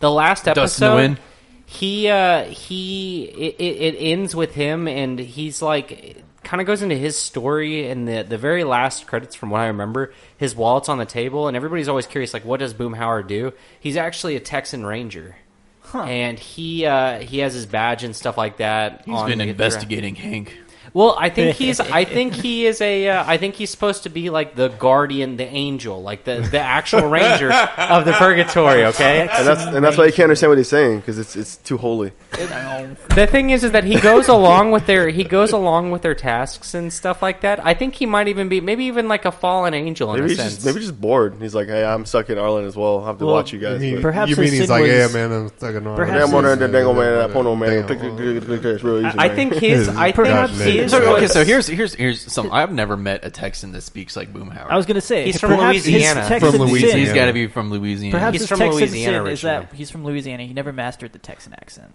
Speaker 2: the last episode.
Speaker 1: Dust in the wind.
Speaker 2: He uh, he it, it, it ends with him, and he's like kind of goes into his story, and the the very last credits, from what I remember, his wallet's on the table, and everybody's always curious, like, what does Boomhauer do? He's actually a Texan Ranger. And he uh, he has his badge and stuff like that.
Speaker 1: He's
Speaker 2: on
Speaker 1: been
Speaker 2: the-
Speaker 1: investigating Hank.
Speaker 2: well, I
Speaker 4: *laughs*
Speaker 2: think he's. I think he is a. Uh, I think he's supposed to be like the guardian, the angel, like the the actual ranger of the purgatory. Okay.
Speaker 4: And *laughs* that's and that's why you can't understand what he's saying because it's it's too holy.
Speaker 2: The thing is, is that he goes along with their. He goes along with their tasks and stuff like that. I think he might even be, maybe even like a fallen angel in
Speaker 4: Maybe
Speaker 2: a
Speaker 4: he's
Speaker 2: sense.
Speaker 4: just, maybe just bored. He's like, hey, I'm stuck in Ireland as well. I will have to
Speaker 3: Well,
Speaker 4: watch you guys.
Speaker 5: You mean-
Speaker 4: but-
Speaker 3: Perhaps
Speaker 5: you
Speaker 3: his
Speaker 5: mean he's
Speaker 3: sin
Speaker 5: like,
Speaker 3: was-
Speaker 5: yeah, man, I'm fucking on.
Speaker 3: Perhaps
Speaker 4: Yeah, I'm on
Speaker 3: his-
Speaker 4: under dangle man, I porno man. Click, click,
Speaker 5: Dangle.
Speaker 4: click, click, click. It's real easy.
Speaker 2: I
Speaker 4: man.
Speaker 2: think his. I
Speaker 5: Perhaps
Speaker 2: think
Speaker 5: maybe.
Speaker 2: he is.
Speaker 5: So,
Speaker 1: So, okay,
Speaker 2: what-
Speaker 1: so here's here's here's some. I've never met a Texan that speaks like Boomhauer.
Speaker 3: I was gonna say
Speaker 2: He's from
Speaker 3: perhaps
Speaker 2: Louisiana.
Speaker 3: His Texan
Speaker 5: From Louisiana.
Speaker 3: Sin,
Speaker 1: he's got to be from Louisiana.
Speaker 3: Perhaps
Speaker 2: He's
Speaker 3: his
Speaker 2: from
Speaker 3: Texan
Speaker 2: Louisiana
Speaker 3: sin is
Speaker 2: originally.
Speaker 3: that he's from Louisiana. He never mastered the Texan accent.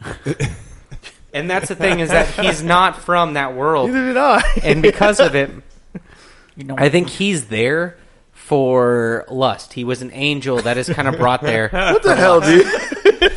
Speaker 2: and that's the thing is that
Speaker 4: *laughs*
Speaker 2: he's not from that world,
Speaker 4: Neither *laughs* did I.
Speaker 2: and because of it.
Speaker 3: You know,
Speaker 2: I think he's there for lust. He was an angel that is kind of brought there.
Speaker 4: *laughs* What the hell, dude?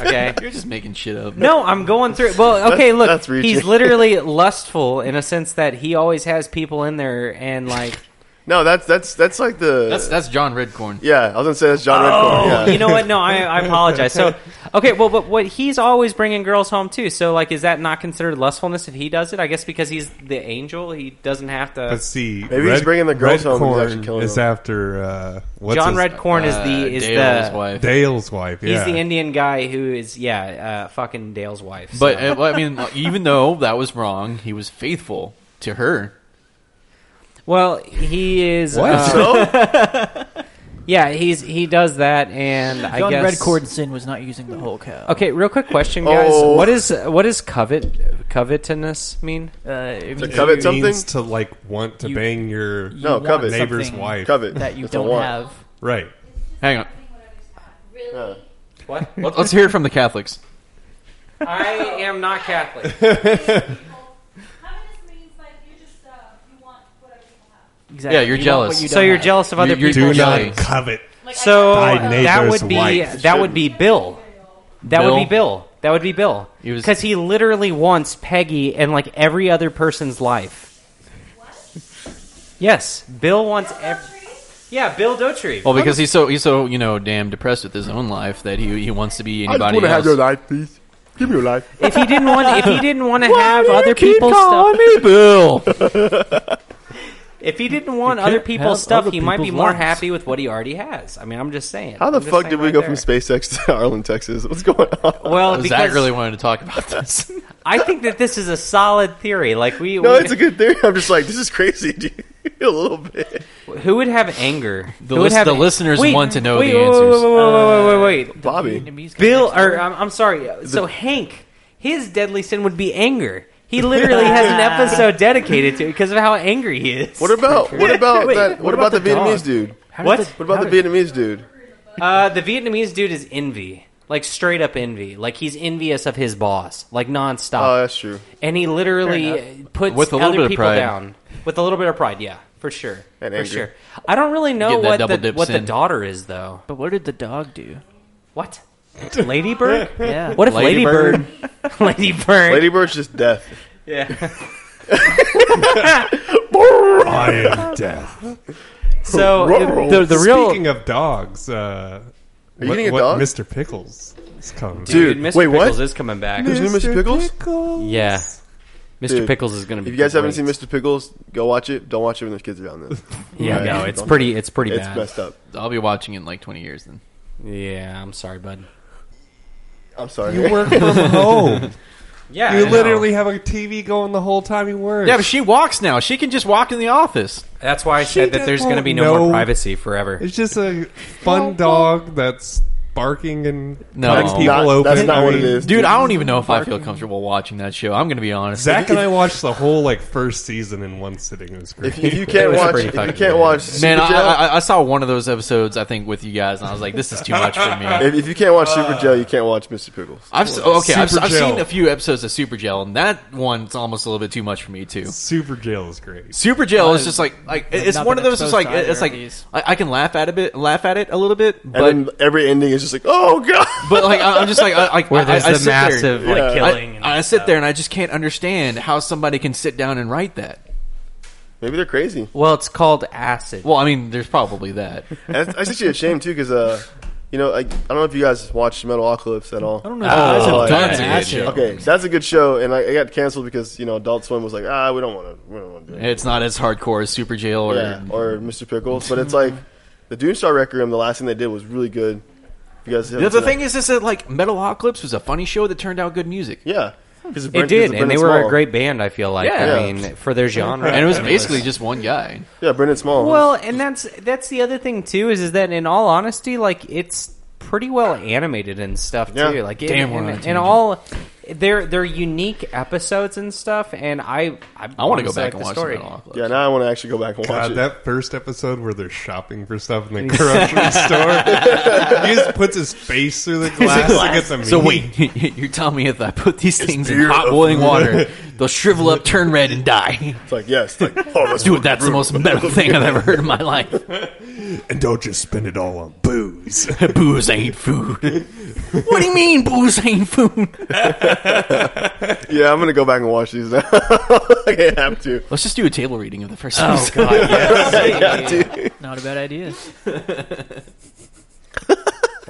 Speaker 2: Okay.
Speaker 1: you're just making shit up.
Speaker 2: No, I'm going through. Well, okay, look,
Speaker 4: that's reaching.
Speaker 2: he's literally lustful in a sense that he always has people in there, and like,
Speaker 4: No, that's that's that's like the.
Speaker 1: that's that's John Redcorn.
Speaker 4: yeah, I was gonna say that's John Redcorn. Oh. Yeah.
Speaker 2: Oh, you know what? No, I, I apologize. So, okay, well, but what he's always bringing girls home too. So, like, is that not considered lustfulness if he does it? I guess because he's the angel, he doesn't have to.
Speaker 5: Let's see.
Speaker 4: Maybe he's bringing the girls home, he's actually killing
Speaker 5: It's
Speaker 4: them.
Speaker 5: after uh, what's
Speaker 2: John
Speaker 5: his-
Speaker 2: Redcorn is
Speaker 1: Uh,
Speaker 2: the is
Speaker 1: Dale's
Speaker 2: the
Speaker 1: wife.
Speaker 5: Dale's wife.
Speaker 2: he's
Speaker 5: Yeah.
Speaker 2: the Indian guy who is yeah, uh, fucking Dale's wife. so.
Speaker 1: But uh, well, I mean, even though that was wrong, he was faithful to her.
Speaker 2: Well, he is.
Speaker 5: What?
Speaker 2: uh,
Speaker 4: So?
Speaker 2: yeah, he's he does that, and I
Speaker 3: John
Speaker 2: guess.
Speaker 3: Redcord Sin was not using the whole cow.
Speaker 2: Okay, real quick question, guys.
Speaker 4: Oh.
Speaker 2: What is what is covet covetedness mean?
Speaker 3: Uh, it means
Speaker 4: covet
Speaker 5: It
Speaker 4: something?
Speaker 5: means to like want to
Speaker 3: You-
Speaker 5: bang your
Speaker 3: you
Speaker 4: No,
Speaker 3: want
Speaker 4: covet.
Speaker 5: neighbor's
Speaker 3: something
Speaker 5: wife.
Speaker 4: Covet
Speaker 3: that you
Speaker 4: That's a
Speaker 3: don't
Speaker 4: want.
Speaker 3: have.
Speaker 5: Right.
Speaker 1: Hang on,
Speaker 6: *laughs* Really?
Speaker 2: What?
Speaker 1: Let- let's hear it from the Catholics.
Speaker 2: I am not Catholic.
Speaker 6: Covetous means like you just uh, you want what other people have.
Speaker 3: Exactly.
Speaker 1: Yeah, you're
Speaker 3: You want
Speaker 1: jealous.
Speaker 3: what you
Speaker 2: so
Speaker 3: don't
Speaker 2: you're
Speaker 3: have.
Speaker 2: jealous of other
Speaker 1: You- you
Speaker 2: people.
Speaker 5: Do
Speaker 1: People's
Speaker 5: not
Speaker 1: wives.
Speaker 5: covet.
Speaker 6: Like,
Speaker 2: So
Speaker 5: Thy
Speaker 6: I got,
Speaker 5: neighbor's
Speaker 2: that would be
Speaker 5: wife.
Speaker 2: that would be Bill. That would be
Speaker 1: Bill?
Speaker 2: Bill. That would be Bill.
Speaker 1: He was-
Speaker 2: Because he literally wants Peggy in like every other person's life. Yes, Bill wants. Ev- yeah, Bill Dotry.
Speaker 1: Well, because he's so he's so you know damn depressed with his own life that he he wants to be
Speaker 4: I just
Speaker 1: anybody
Speaker 4: want to
Speaker 1: else.
Speaker 4: have your life, please. Give me your life.
Speaker 2: if he didn't want, if he didn't want to have other people's stuff,
Speaker 1: Bill.
Speaker 2: if he didn't want other
Speaker 3: can't have
Speaker 2: people's stuff,
Speaker 3: other
Speaker 2: he might be
Speaker 3: people's
Speaker 2: more
Speaker 3: lives.
Speaker 2: happy with what he already has. I mean, I'm just saying.
Speaker 4: How the
Speaker 2: I'm just
Speaker 4: fuck
Speaker 2: saying
Speaker 4: did we
Speaker 2: right
Speaker 4: go
Speaker 2: there.
Speaker 4: from SpaceX to *laughs* Ireland, Texas? What's going on?
Speaker 2: Well, because
Speaker 1: Zach really wanted to talk about this.
Speaker 2: I think that this is a solid theory. Like we,
Speaker 4: no,
Speaker 2: we-
Speaker 4: it's a good theory. I'm just like, this is crazy, *laughs* dude. a little bit.
Speaker 2: who would have anger?
Speaker 1: The
Speaker 2: Who would
Speaker 1: lis-
Speaker 2: have
Speaker 1: the
Speaker 2: an-
Speaker 1: listeners
Speaker 2: Wait,
Speaker 1: want to know
Speaker 2: wait,
Speaker 1: the
Speaker 2: wait,
Speaker 1: answers.
Speaker 2: Wait, wait, wait, wait, wait, wait.
Speaker 4: Bobby.
Speaker 3: Vietnamese guy
Speaker 2: Bill,
Speaker 3: next door.
Speaker 2: or I'm, I'm sorry. So Hank, his deadly sin would be anger. He literally has
Speaker 1: *laughs*
Speaker 2: an episode dedicated to it because of how angry he is.
Speaker 4: What about what about
Speaker 3: Wait,
Speaker 4: that? What,
Speaker 3: what
Speaker 4: about,
Speaker 3: about
Speaker 4: the
Speaker 3: the dog?
Speaker 4: Vietnamese dude?
Speaker 3: How did
Speaker 2: What?
Speaker 3: the-
Speaker 4: What about
Speaker 3: how
Speaker 4: the
Speaker 3: did-
Speaker 4: Vietnamese dude?
Speaker 2: Uh, the Vietnamese dude is envy. Like straight up envy. Like he's envious of his boss, like
Speaker 4: Oh,
Speaker 2: nonstop.
Speaker 4: that's true.
Speaker 2: and he
Speaker 3: Fair
Speaker 2: literally puts
Speaker 1: With a little
Speaker 2: other
Speaker 1: bit of
Speaker 2: people
Speaker 1: pride.
Speaker 2: down with a little bit of pride. Yeah, for sure,
Speaker 4: And
Speaker 2: for
Speaker 4: anger.
Speaker 2: sure. I don't really know
Speaker 1: Getting that
Speaker 2: what
Speaker 1: double
Speaker 2: the
Speaker 1: dip
Speaker 2: what the
Speaker 1: sin.
Speaker 2: daughter is though.
Speaker 3: But what did the dog
Speaker 4: *laughs*
Speaker 3: do?
Speaker 2: What? Ladybird?
Speaker 3: Yeah.
Speaker 2: What if Ladybird?
Speaker 1: Ladybird?
Speaker 2: *laughs* Ladybird.
Speaker 4: Ladybird's just death. *laughs*
Speaker 2: yeah. *laughs*
Speaker 5: I am death.
Speaker 2: So the, the real
Speaker 5: Speaking of dogs, uh,
Speaker 4: Are you
Speaker 5: what,
Speaker 4: getting a
Speaker 5: what
Speaker 4: dog?
Speaker 5: Mr. Pickles is coming.
Speaker 4: Dude,
Speaker 2: Mr.
Speaker 4: wait, what?
Speaker 2: Pickles is coming back.
Speaker 4: His name is Pickles?
Speaker 5: Pickles.
Speaker 2: Yeah. Mr.
Speaker 4: Dude,
Speaker 2: Pickles is going to
Speaker 4: If you
Speaker 2: be.
Speaker 4: guys haven't seen
Speaker 2: great.
Speaker 4: Mr. Pickles, go watch it. Don't watch it when there's kids around. Then
Speaker 2: yeah,
Speaker 4: Right.
Speaker 2: no, it's
Speaker 4: Don't-
Speaker 2: pretty, it's pretty
Speaker 4: It's
Speaker 2: bad.
Speaker 4: messed up.
Speaker 1: I'll be watching it in like 20 years then.
Speaker 2: Yeah, I'm sorry, bud.
Speaker 4: I'm sorry.
Speaker 5: You work from home.
Speaker 2: Yeah,
Speaker 5: *laughs* You literally have a TV going the whole time you work.
Speaker 1: Yeah, but she walks now. She can just walk in the office.
Speaker 2: That's why I
Speaker 5: She
Speaker 2: said that there's going to be
Speaker 5: doesn't
Speaker 2: no more
Speaker 5: know.
Speaker 2: privacy forever.
Speaker 5: it's just a fun dog that's barking and
Speaker 1: No.
Speaker 5: cracks
Speaker 1: That's
Speaker 5: people
Speaker 4: not-
Speaker 5: open.
Speaker 4: that's not
Speaker 5: I
Speaker 4: what it
Speaker 5: mean,
Speaker 4: is.
Speaker 1: Dude, I don't even know if I feel comfortable watching that show. I'm going to be honest.
Speaker 5: Zach and I watched the whole like first season in one sitting. It was great.
Speaker 4: *laughs* If, if you can't
Speaker 2: was
Speaker 4: watch,
Speaker 2: pretty
Speaker 4: if you
Speaker 2: fucking
Speaker 4: can't
Speaker 2: bad.
Speaker 4: watch,
Speaker 1: Man, I,
Speaker 4: Super Jail,
Speaker 1: I, I saw one of those episodes, I think, with you guys, and I was like, this is too much for me.
Speaker 4: if, if you can't watch Super Jail, you can't watch Mr. Pickles.
Speaker 1: I've, s- oh, okay, I've,
Speaker 5: Super
Speaker 1: I've seen
Speaker 5: Jail.
Speaker 1: a few episodes of Super Gel, and that one's almost a little bit too much for me, too.
Speaker 5: *laughs* Super Jail is great.
Speaker 1: Super Gel is
Speaker 3: I've
Speaker 1: just like like it's
Speaker 3: not
Speaker 1: one of
Speaker 3: been
Speaker 1: those. It's like
Speaker 3: exposed to either
Speaker 1: it's
Speaker 3: of
Speaker 1: like
Speaker 3: these.
Speaker 1: I, I can laugh at a bit, laugh at it a little bit,
Speaker 4: And
Speaker 1: but
Speaker 4: then every ending is just like, oh god.
Speaker 1: *laughs* but like I- I'm just like I, like
Speaker 2: *laughs* Where
Speaker 1: I-
Speaker 2: there's
Speaker 1: I, I
Speaker 2: the
Speaker 1: sit there-
Speaker 2: massive
Speaker 4: Yeah. I-
Speaker 2: like
Speaker 1: I-
Speaker 2: killing. and
Speaker 1: I, sit there and I just can't understand how somebody can sit down and write that.
Speaker 4: Maybe they're crazy.
Speaker 2: Well, it's called acid.
Speaker 1: Well, I mean, there's probably that.
Speaker 4: And That's, that's actually a shame too, because uh, you know, like I don't know if you guys watched Metalocalypse at all. I
Speaker 3: don't know.
Speaker 1: Oh,
Speaker 4: like-
Speaker 1: that's a
Speaker 3: that's
Speaker 1: good
Speaker 3: it.
Speaker 1: show.
Speaker 4: Okay, that's a good show, and like, it got canceled because you know Adult Swim was like, ah, we don't want to, we don't want to do it,
Speaker 1: It's not as hardcore as Super Jail or
Speaker 4: yeah, or Mr. Pickles. But it's like the Doomstar Requiem. The last thing they did was really good. If You guys,
Speaker 1: The, the thing is, is that like Metalocalypse was a funny show that turned out good music,
Speaker 4: yeah, because
Speaker 2: It did, and they were a great band. I feel like.
Speaker 1: Yeah.
Speaker 2: I mean, for their genre,
Speaker 1: and it was
Speaker 2: I mean,
Speaker 1: basically just one guy.
Speaker 4: Yeah, Brendan Small.
Speaker 2: Well, and that's that's the other thing too is is that in all honesty, like it's pretty well animated and stuff
Speaker 4: Yeah.
Speaker 2: too. Like it,
Speaker 1: Damn, we're on a
Speaker 2: and,
Speaker 1: tangent.
Speaker 2: all they're they're unique episodes and stuff. And I I,
Speaker 1: I want to go
Speaker 2: honestly
Speaker 1: back
Speaker 2: like
Speaker 1: and
Speaker 2: the
Speaker 1: watch
Speaker 2: story.
Speaker 1: Metalocalypse.
Speaker 4: yeah, now I want to actually go back and watch
Speaker 5: God,
Speaker 4: it.
Speaker 5: that first episode where they're shopping for stuff in the *laughs* grocery store, he just puts his face through the glass to get the meat.
Speaker 1: So wait, *laughs* you're telling me if I put these things in hot
Speaker 4: beautiful.
Speaker 1: boiling water, they'll shrivel up, turn red, and die?
Speaker 4: it's like yes, like oh, that's
Speaker 1: Dude, that's the most metal thing I've ever heard in my life.
Speaker 5: and don't just spend it all on booze.
Speaker 1: booze ain't food. What do you mean booze ain't food?
Speaker 4: yeah, I'm gonna go back and watch these now. *laughs* I have to.
Speaker 1: Let's just do a table reading of the first
Speaker 3: Oh
Speaker 1: episode.
Speaker 3: god,
Speaker 4: I got
Speaker 2: *laughs*
Speaker 4: to.
Speaker 3: *laughs* not a bad
Speaker 4: *laughs*
Speaker 3: idea.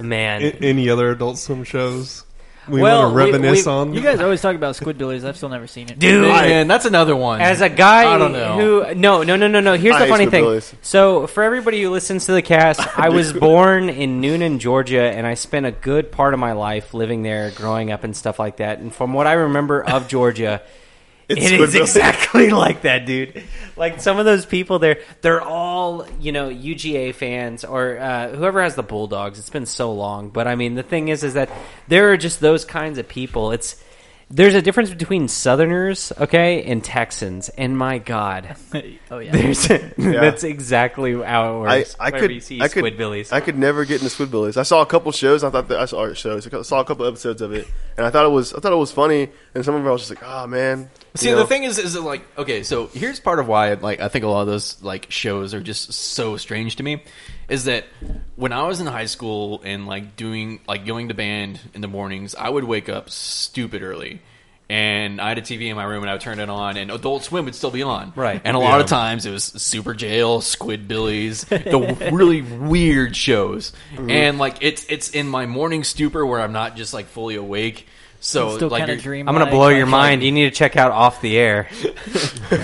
Speaker 2: Man,
Speaker 5: A- Any other Adult Swim shows we
Speaker 2: Well,
Speaker 5: want to
Speaker 2: we-
Speaker 5: reminisce
Speaker 2: we-
Speaker 5: on?
Speaker 3: You guys always talk about Squidbillies. I've still never seen it.
Speaker 1: Dude, man, that's another one.
Speaker 2: as a guy
Speaker 1: I don't know.
Speaker 2: who no no no no no here's
Speaker 4: I
Speaker 2: the
Speaker 4: hate
Speaker 2: funny thing
Speaker 4: Squidbillies.
Speaker 2: so for everybody who listens to the cast i was born in noonan georgia and i spent a good part of my life living there growing up and stuff like that and from what i remember of georgia *laughs* it's
Speaker 4: Squidbillies.
Speaker 2: exactly *laughs* like that dude like some of those people there they're all you know uga fans or uh, whoever has the bulldogs it's been so long but i mean the thing is is that there are just those kinds of people it's there's a difference between Southerners, okay, and Texans. And
Speaker 4: *laughs*
Speaker 2: my God,
Speaker 3: *laughs* Oh yeah,
Speaker 2: there's *laughs* that's exactly how it
Speaker 4: I,
Speaker 2: works.
Speaker 4: I
Speaker 2: whenever
Speaker 4: could
Speaker 2: you see
Speaker 4: I could
Speaker 2: Squidbillies.
Speaker 4: I could never get into Squidbillies. I saw a couple shows. I thought that I saw or shows. I saw a couple episodes of it, and I thought it was I thought it was funny. And some of them I was just like, oh man.
Speaker 1: See,
Speaker 4: you know?
Speaker 1: the thing is, is that, like, okay, so here's part of why, like, I think a lot of those like shows are just so strange to me, is that when I was in high school and like doing like going to band in the mornings, I would wake up stupid early. And I had a TV in my room, and I would turn it on, and Adult Swim would still be on.
Speaker 2: Right.
Speaker 1: And a lot of
Speaker 5: Yeah.
Speaker 1: times it was Super Jail, Squid Billies, the *laughs* really weird shows. And like it's it's in my morning stupor where I'm not just like fully awake. So
Speaker 3: still
Speaker 1: like
Speaker 3: kind of
Speaker 1: you're-
Speaker 3: dream.
Speaker 2: I'm gonna blow your mind. You need to check out off the air.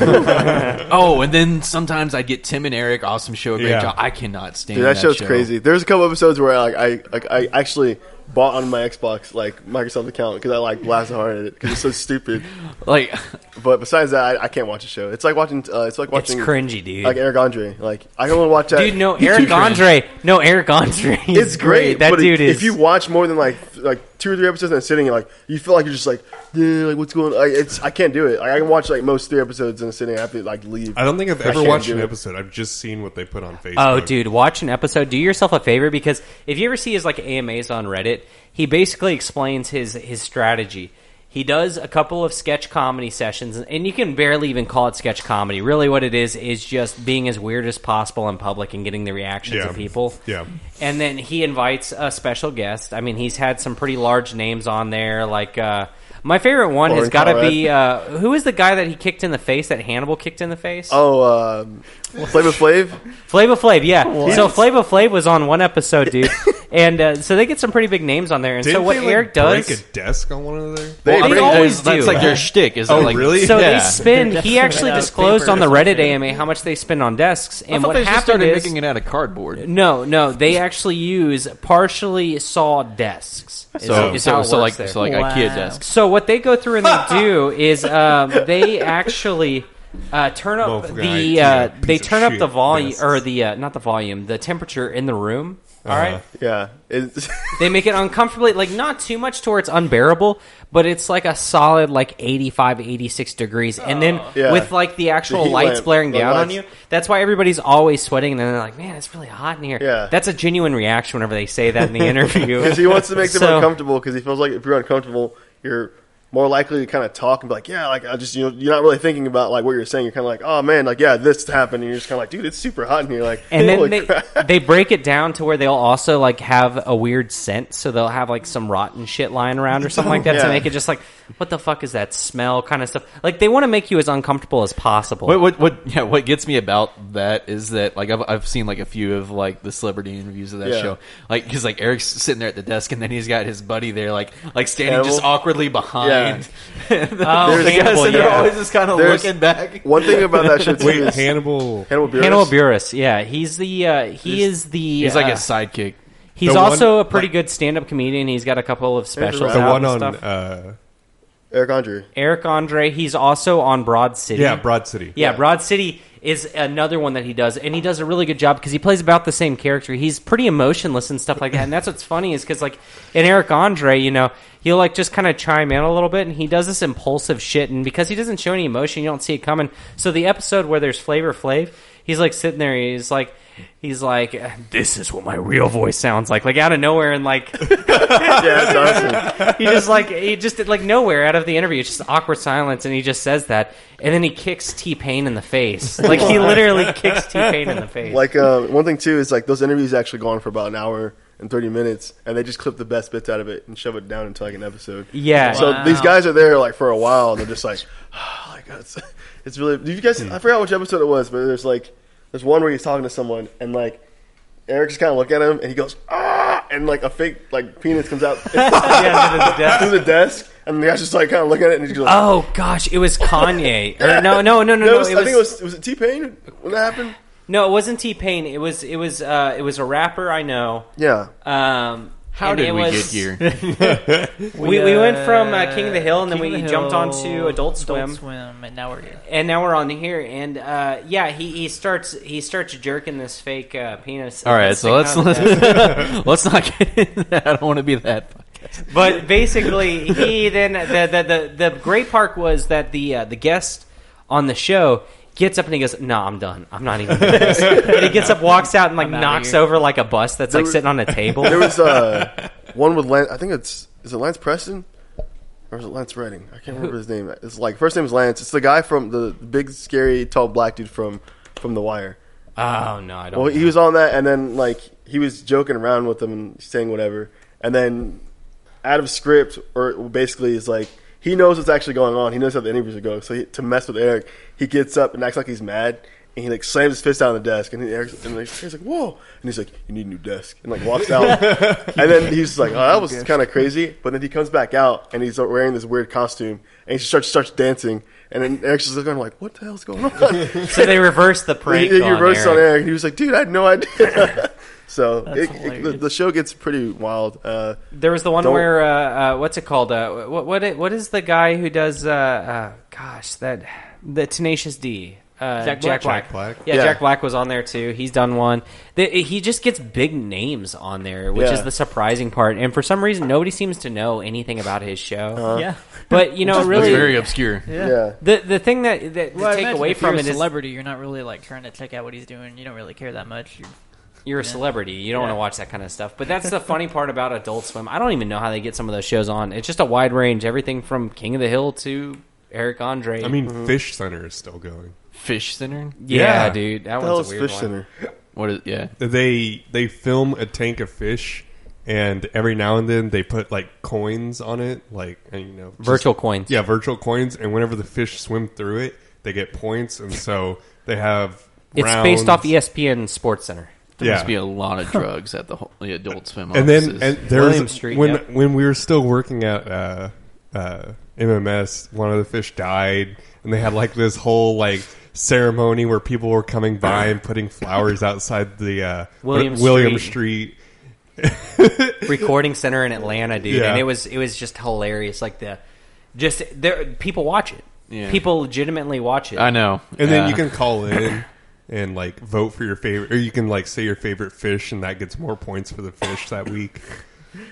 Speaker 1: Oh, and then sometimes I get Tim and Eric, awesome show, great
Speaker 5: Yeah.
Speaker 1: job. I cannot stand
Speaker 4: Dude, that, show's
Speaker 1: show.
Speaker 4: crazy. There's a couple episodes where I like I like I actually bought on my Xbox like Microsoft account because I like blasted hard at it because it's so
Speaker 2: *laughs*
Speaker 4: stupid.
Speaker 1: Like,
Speaker 4: But besides that, I, I can't watch a show. It's like watching uh, it's like
Speaker 2: It's
Speaker 4: watching
Speaker 2: cringy, dude.
Speaker 4: like Eric Andre. Like I don't want to watch that. *laughs*
Speaker 2: dude, no, Eric
Speaker 1: cringe.
Speaker 2: Andre. No, Eric Andre. is
Speaker 4: It's great.
Speaker 2: That
Speaker 4: but
Speaker 2: dude is.
Speaker 4: If you watch more than like like two or three episodes and sitting, and like you feel like you're just like, "Yeah, like what's going? on? Like, it's I can't do it. Like, I can watch like most three episodes in a sitting. I have to like leave.
Speaker 5: I don't think I've
Speaker 4: I
Speaker 5: ever
Speaker 4: can't
Speaker 5: watched
Speaker 4: do
Speaker 5: an
Speaker 4: it.
Speaker 5: episode. I've just seen what they put on Facebook.
Speaker 2: Oh, dude, watch an episode. Do yourself a favor because if you ever see his like AMAs on Reddit, he basically explains his his strategy. He does a couple of sketch comedy sessions, and you can barely even call it sketch comedy. Really, what it is is just being as weird as possible in public and getting the reactions
Speaker 5: Yeah.
Speaker 2: of people.
Speaker 5: Yeah.
Speaker 2: And then he invites a special guest. I mean, he's had some pretty large names on there, like uh, My favorite one
Speaker 4: Or
Speaker 2: has
Speaker 4: in
Speaker 2: got to be uh, who is the guy that he kicked in the face that Hannibal kicked in the face?
Speaker 4: Oh, um, Flavor
Speaker 5: *laughs*
Speaker 4: Flav.
Speaker 2: Flava Flav, yeah. So Flava Flav was on one episode,
Speaker 3: *laughs*
Speaker 2: dude, and uh, so they get some pretty big names on there. And so
Speaker 5: Didn't
Speaker 2: what
Speaker 5: they, like,
Speaker 2: Eric does,
Speaker 5: break a desk on one of their
Speaker 4: They
Speaker 2: Well,
Speaker 4: bring-
Speaker 2: I always
Speaker 1: that's
Speaker 2: do.
Speaker 1: like their shtick, is
Speaker 5: Oh,
Speaker 1: it? Like,
Speaker 5: really?
Speaker 2: so
Speaker 1: yeah.
Speaker 2: they spend.
Speaker 3: They're
Speaker 2: He actually
Speaker 3: definitely out of
Speaker 2: disclosed
Speaker 3: paper
Speaker 2: on
Speaker 3: or
Speaker 2: the
Speaker 3: some
Speaker 2: Reddit
Speaker 3: shit.
Speaker 2: AMA how much they spend on desks,
Speaker 1: I
Speaker 2: and
Speaker 1: thought
Speaker 2: what
Speaker 1: they just
Speaker 2: happened
Speaker 1: started
Speaker 2: is
Speaker 1: making it out of cardboard.
Speaker 2: no, no, they actually use partially saw desks. is-
Speaker 1: So,
Speaker 2: is how
Speaker 1: so,
Speaker 2: it
Speaker 1: so
Speaker 2: works
Speaker 1: like,
Speaker 2: there.
Speaker 1: so like
Speaker 3: Wow.
Speaker 1: IKEA desks.
Speaker 2: So what they go through and they
Speaker 1: *laughs*
Speaker 2: do is um, they actually uh, turn up
Speaker 5: Motherfucker,
Speaker 2: the
Speaker 5: I-
Speaker 2: uh,
Speaker 5: yeah,
Speaker 2: they
Speaker 5: piece of
Speaker 2: turn up
Speaker 5: shit.
Speaker 2: the volume
Speaker 5: Yes.
Speaker 2: or the uh, not the volume the temperature in the room. All right,
Speaker 5: Uh-huh.
Speaker 4: *laughs* Yeah. It's, *laughs*
Speaker 2: they make it uncomfortably like not too much to where it's unbearable, but it's like a solid like 85, 86 degrees, and then
Speaker 4: Oh. Yeah.
Speaker 2: with like the actual
Speaker 4: heat
Speaker 2: lights
Speaker 4: lamp,
Speaker 2: blaring
Speaker 4: the
Speaker 2: down on
Speaker 4: lights.
Speaker 2: you. That's why everybody's always sweating, and then they're like, "Man, it's really hot in here."
Speaker 4: Yeah.
Speaker 2: that's a genuine reaction whenever they say that in
Speaker 4: *laughs*
Speaker 2: the interview
Speaker 4: Because he wants to make them
Speaker 2: So-
Speaker 4: uncomfortable because he feels like if you're uncomfortable, you're more likely to kind of talk and be like, yeah, like I just, you know, you're not really thinking about like what you're saying. You're kind of like, oh man, like, yeah, this happened. And you're just kind of like, dude, it's super hot in here. Like,
Speaker 2: and
Speaker 4: holy
Speaker 2: then they,
Speaker 4: crap.
Speaker 2: they break it down to where they'll also like have a weird scent so they'll have like some rotten shit lying around or something like that to
Speaker 4: Yeah.
Speaker 2: make it just like what the fuck is that smell kind of stuff like they want to make you as uncomfortable as possible
Speaker 1: What, what, what, yeah, what gets me about that is that, like, I've, I've seen, like, a few of, like, the celebrity interviews of that
Speaker 4: Yeah.
Speaker 1: show. Like, because, like, Eric's sitting there at the desk, and then he's got his buddy there, like, like standing just
Speaker 4: Hannibal?
Speaker 1: awkward *laughs* behind.
Speaker 2: Oh,
Speaker 1: the guys,
Speaker 2: Hannibal,
Speaker 1: and they're
Speaker 2: yeah.
Speaker 1: always just kind of
Speaker 4: There's-
Speaker 1: looking back.
Speaker 4: One thing about that show too
Speaker 5: Wait,
Speaker 4: is
Speaker 5: Uh, Hannibal.
Speaker 4: Hannibal Buress.
Speaker 2: Hannibal Buress, yeah, he's the uh, he is the
Speaker 1: He's like
Speaker 2: uh,
Speaker 1: a sidekick.
Speaker 2: he's
Speaker 5: The one-
Speaker 2: also a pretty good stand-up comedian. He's got a couple of specials.
Speaker 5: The
Speaker 2: out
Speaker 5: one
Speaker 2: and
Speaker 5: on,
Speaker 2: stuff.
Speaker 5: uh,
Speaker 4: Eric Andre.
Speaker 2: Eric Andre. He's also on Broad City.
Speaker 5: yeah, Broad City.
Speaker 2: Yeah, Broad City is another one that he does, and he does a really good job because he plays about the same character. He's pretty emotionless and stuff like that, and that's what's funny is because like in Eric Andre, you know, he'll like just kind of chime in a little bit, and he does this impulsive shit, and because he doesn't show any emotion, you don't see it coming. So the episode where there's Flavor Flav, he's like sitting there, he's like. He's like, this is what my real voice sounds like, like out of nowhere, and like
Speaker 4: *laughs* Yeah, that's awesome.
Speaker 2: he just like he just did like nowhere out of the interview. It's just awkward silence, and he just says that, and then he kicks T Pain in the face. Like he literally kicks T Pain in the face.
Speaker 4: Like, uh, one thing too is like those interviews actually go on for about an hour and 30 minutes and they just clip the best bits out of it and shove it down into like an episode.
Speaker 2: yeah,
Speaker 4: So
Speaker 3: Wow.
Speaker 4: these guys are there like for a while, and they're just like, *sighs* oh my god, it's, it's really. Did you guys? I forgot which episode it was, but there's like, there's one where he's talking to someone, and like, Eric just kind of look at him, and he goes, ah, and like a fake like penis comes out *laughs* through
Speaker 2: Yeah, to the death.
Speaker 4: the desk, and the guy's just like kind of looking at it, and he's just like,
Speaker 2: Oh gosh, it was Kanye. Or, no, no, no,
Speaker 4: No,
Speaker 2: no, no.
Speaker 4: it was- I think it was was it T Pain when that happened?
Speaker 2: no, it wasn't T Pain. It was it was uh, it was a rapper I know.
Speaker 4: Yeah,
Speaker 2: Um,
Speaker 1: How
Speaker 2: and
Speaker 1: did
Speaker 2: it
Speaker 1: we *laughs*
Speaker 2: was-
Speaker 1: get here?
Speaker 2: We, we went from uh, King of the Hill and then
Speaker 3: King
Speaker 2: we
Speaker 3: of the
Speaker 2: jumped
Speaker 3: Hill,
Speaker 2: onto Adult Swim.
Speaker 3: Swim, and now we're here.
Speaker 2: and now we're on here and uh, yeah he, he starts he starts jerking this fake uh, penis
Speaker 1: All right, so let's
Speaker 2: Sticking out of the
Speaker 1: *laughs*
Speaker 2: desk.
Speaker 1: let's not get into that. I don't want to be that.
Speaker 2: but basically he then the the, the, the great part was that the uh, the guest on the show gets up and he goes no i'm done i'm not even doing this and he gets up walks out and like
Speaker 3: outta
Speaker 2: knocks
Speaker 3: here.
Speaker 2: over like a bus that's like
Speaker 4: was-
Speaker 2: sitting on a table
Speaker 4: there was uh, one with Lance. I think it's is it Lance Preston. Or is it Lance Redding? I can't remember his name. It's like first name is Lance. It's the guy from the big, scary, tall black dude from from The Wire.
Speaker 2: oh no i don't
Speaker 4: Well, he was on that, and then like he was joking around with them and saying whatever, and then out of script or basically is like he knows what's actually going on. He knows how the interviews are going. So he, to mess with Eric, he gets up and acts like he's mad, and he like slams his fist down on the desk, and, he, Eric's, and like, Eric's like, "Whoa!" and he's like, "You need a new desk," and like walks
Speaker 2: *laughs*
Speaker 4: out, and then he's like, "Oh, that was kind of crazy," but then he comes back out and he's uh, wearing this weird costume, and he starts starts dancing. And then Eric's just looking like, what the hell's going on?
Speaker 2: so they reversed the
Speaker 4: *laughs*
Speaker 2: prank
Speaker 4: He, he
Speaker 2: on
Speaker 4: roasts on
Speaker 2: Eric.
Speaker 4: air, and he was like, "Dude, I had no idea." so it, it, the,
Speaker 3: hilarious.
Speaker 4: the show gets pretty wild. Uh,
Speaker 2: There was the one
Speaker 4: Don't-
Speaker 2: where uh, uh, what's it called? Uh, what what it, what is the guy who does? Uh, uh, gosh, that the Tenacious D. Uh,
Speaker 3: Jack
Speaker 5: Black? Jack Black.
Speaker 2: Yeah,
Speaker 4: Yeah.
Speaker 2: Jack Black was on there too. He's done one. The, he just gets big names on there, which
Speaker 4: Yeah.
Speaker 2: is the surprising part. And for some reason, nobody seems to know anything about his show.
Speaker 4: Uh-huh.
Speaker 3: yeah.
Speaker 2: But you know,
Speaker 1: It's
Speaker 2: really,
Speaker 1: very obscure.
Speaker 4: yeah.
Speaker 2: the the thing that that
Speaker 3: Well, I
Speaker 2: to take
Speaker 3: imagine
Speaker 2: away
Speaker 3: if you're
Speaker 2: from
Speaker 3: a
Speaker 2: it is
Speaker 3: celebrity, you're not really like trying to check out what he's doing. You don't really care that much. You're-
Speaker 2: you're a celebrity. You don't want to
Speaker 3: Yeah.
Speaker 2: watch that kind of stuff. But
Speaker 3: *laughs*
Speaker 2: that's the funny part about Adult Swim. I don't even know how they get some of those shows on. It's just a wide range, everything from King of the Hill to Eric Andre.
Speaker 5: I mean, Fish Center is still going.
Speaker 1: Fish Center.
Speaker 2: yeah,
Speaker 5: yeah.
Speaker 2: dude, that
Speaker 4: What the hell
Speaker 2: one's
Speaker 4: is
Speaker 2: a weird
Speaker 4: Fish
Speaker 2: one.
Speaker 4: Center?
Speaker 1: What is? Yeah.
Speaker 5: They they film a tank of fish and every now and then they put like coins on it, like and, you know, just-
Speaker 2: Virtual coins.
Speaker 5: Yeah, virtual coins, and whenever the fish swim through it, they get points, and so they have.
Speaker 2: It's
Speaker 5: rounds.
Speaker 2: based off E ESPN Sports Center.
Speaker 1: There
Speaker 5: yeah.
Speaker 1: must be a lot of drugs at the, whole, the adult swim
Speaker 5: and
Speaker 1: offices.
Speaker 5: then and there
Speaker 2: Oh, William
Speaker 5: was
Speaker 2: Street,
Speaker 5: when
Speaker 2: yeah.
Speaker 5: when we were still working at uh, uh, MMS, one of the fish died, and they had like this whole like ceremony where people were coming by and putting flowers outside the uh,
Speaker 2: William
Speaker 5: William Street.
Speaker 2: recording center in Atlanta, dude,
Speaker 5: Yeah.
Speaker 2: and it was it was just hilarious. Like the just there, people watch it.
Speaker 1: Yeah.
Speaker 2: People legitimately watch it.
Speaker 1: I know.
Speaker 5: And
Speaker 1: Yeah.
Speaker 5: then you can call in and like vote for your favorite, or you can like say your favorite fish, and that gets more points for the fish that week.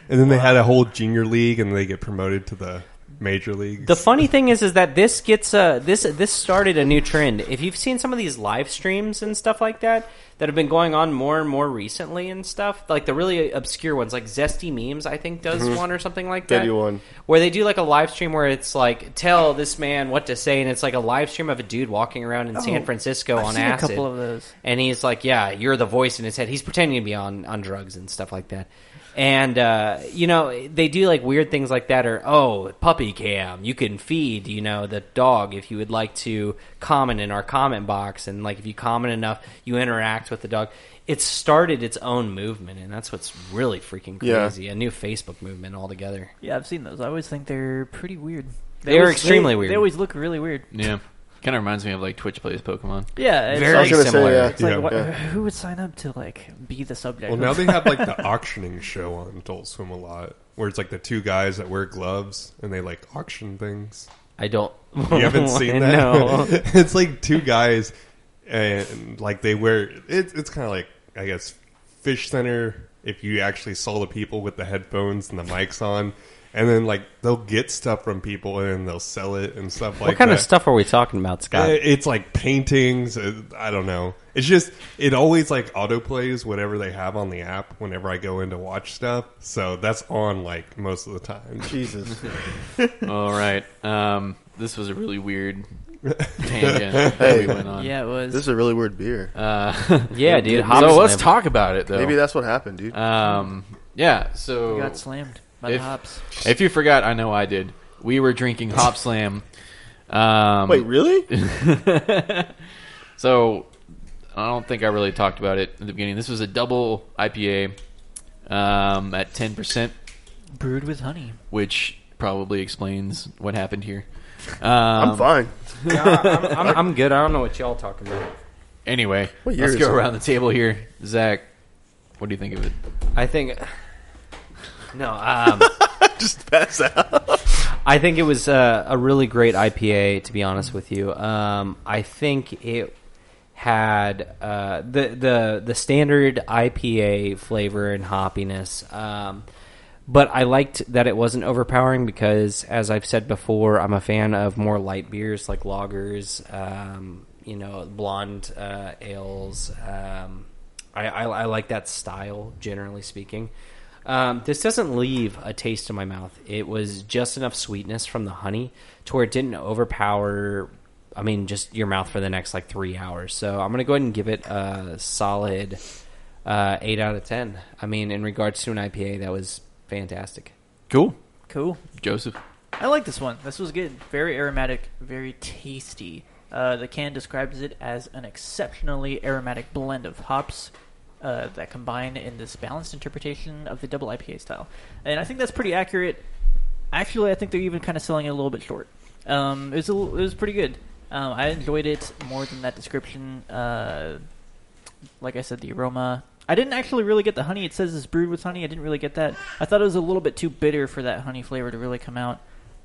Speaker 5: And then they had a whole junior league, and they get promoted to the major leagues.
Speaker 2: The funny thing is, is that this gets uh, this this started a new trend. If you've seen some of these live streams and stuff like that that have been going on more and more recently and stuff, like the really obscure ones, like Zesty Memes, I think does one or something like
Speaker 4: They
Speaker 2: that.
Speaker 3: *laughs*
Speaker 4: do one.
Speaker 2: where they do like a live stream where it's like tell this man what to say, and it's like a live stream of a dude walking around in San Francisco
Speaker 3: Oh, I've
Speaker 2: on
Speaker 3: seen a
Speaker 2: acid.
Speaker 3: couple of those.
Speaker 2: And he's like, "Yeah, you're the voice in his head." He's pretending to be on on drugs and stuff like that. And uh, you know, they do like weird things like that, or oh, puppy cam. You can feed, you know, the dog if you would like to comment in our comment box, and like if you comment enough, you interact with the dog. It's started its own movement, and that's what's really freaking
Speaker 4: Yeah.
Speaker 2: crazy. A new Facebook movement altogether.
Speaker 3: Yeah, I've seen those. I always think they're pretty weird.
Speaker 2: They are
Speaker 3: always-
Speaker 2: extremely weird.
Speaker 3: They always look really weird.
Speaker 1: yeah, kind of reminds me of like Twitch plays Pokemon.
Speaker 3: Yeah, it's
Speaker 2: Very
Speaker 4: I was
Speaker 3: like,
Speaker 4: gonna
Speaker 2: similar.
Speaker 4: say, uh, yeah.
Speaker 3: it's like
Speaker 5: Yeah.
Speaker 3: what,
Speaker 4: Yeah.
Speaker 3: who would sign up to like be the subject?
Speaker 5: Well,
Speaker 3: of- *laughs*
Speaker 5: now they have like the auctioning show on Adult Swim a lot, where it's like the two guys that wear gloves and they like auction things.
Speaker 2: I don't.
Speaker 5: *laughs*
Speaker 2: *laughs*
Speaker 5: You haven't seen that? *laughs*
Speaker 2: No.
Speaker 5: it's like two guys and like they wear it, it's kind of like I guess Fish Center if you actually saw the people with the headphones and the mics on. And then, like, they'll get stuff from people and then they'll sell it and stuff like
Speaker 2: what kind
Speaker 5: that.
Speaker 2: of stuff are we talking about, Scott?
Speaker 5: Uh, It's like paintings. uh, I don't know. It's just it always like autoplays whatever they have on the app whenever I go in to watch stuff. So that's on like most of the time.
Speaker 4: Jesus.
Speaker 1: All right, um, this was a really weird
Speaker 5: *laughs*
Speaker 1: tangent that
Speaker 4: Hey.
Speaker 1: we went on.
Speaker 3: yeah, it was.
Speaker 4: This is a really weird beer.
Speaker 3: *laughs*
Speaker 1: Uh,
Speaker 2: yeah, dude. Hop
Speaker 1: so let's
Speaker 2: slam.
Speaker 1: talk about it though.
Speaker 4: Maybe that's what happened, dude.
Speaker 1: um, yeah. So
Speaker 3: We got slammed by
Speaker 1: If-
Speaker 3: the hops.
Speaker 1: If you forgot, I know I did. We were drinking Hop Slam. Um,
Speaker 4: Wait, really?
Speaker 1: *laughs* so I don't think I really talked about it at the beginning. This was a double IPA um, at ten percent,
Speaker 3: Brewed with honey.
Speaker 1: which probably explains what happened here. Um,
Speaker 4: I'm fine.
Speaker 2: I'm, I'm good. I don't know what y'all talking about.
Speaker 1: Anyway,
Speaker 4: What year
Speaker 1: let's
Speaker 4: is
Speaker 1: go
Speaker 4: it?
Speaker 1: around the table here. Zach, what do you think of it?
Speaker 2: I think. No, um,
Speaker 4: *laughs* Just pass out.
Speaker 2: *laughs* I think it was a, a really great IPA. To be honest with you, um, I think it had uh, the the the standard IPA flavor and hoppiness. Um, but I liked that it wasn't overpowering because, as I've said before, I'm a fan of more light beers like lagers, um, you know, blonde uh, ales. Um, I, I, I like that style, generally speaking. Um, this doesn't leave a taste in my mouth. It was just enough sweetness from the honey to where it didn't overpower. I mean, just your mouth for the next like three hours. So I'm gonna go ahead and give it a solid uh, eight out of ten. I mean, in regards to an IPA, that was fantastic.
Speaker 1: Cool,
Speaker 3: Cool.
Speaker 1: Joseph.
Speaker 3: I like this one. This was good. Very aromatic, very tasty. Uh, the can describes it as an exceptionally aromatic blend of hops uh, that combine in this balanced interpretation of the double IPA style. And I think that's pretty accurate. Actually, I think they're even kind of selling it a little bit short. Um, it was a, l- it was pretty good. Um, I enjoyed it more than that description. Uh, like I said, the aroma. I didn't actually really get the honey. It says it's brewed with honey. I didn't really get that. I thought it was a little bit too bitter for that honey flavor to really come out.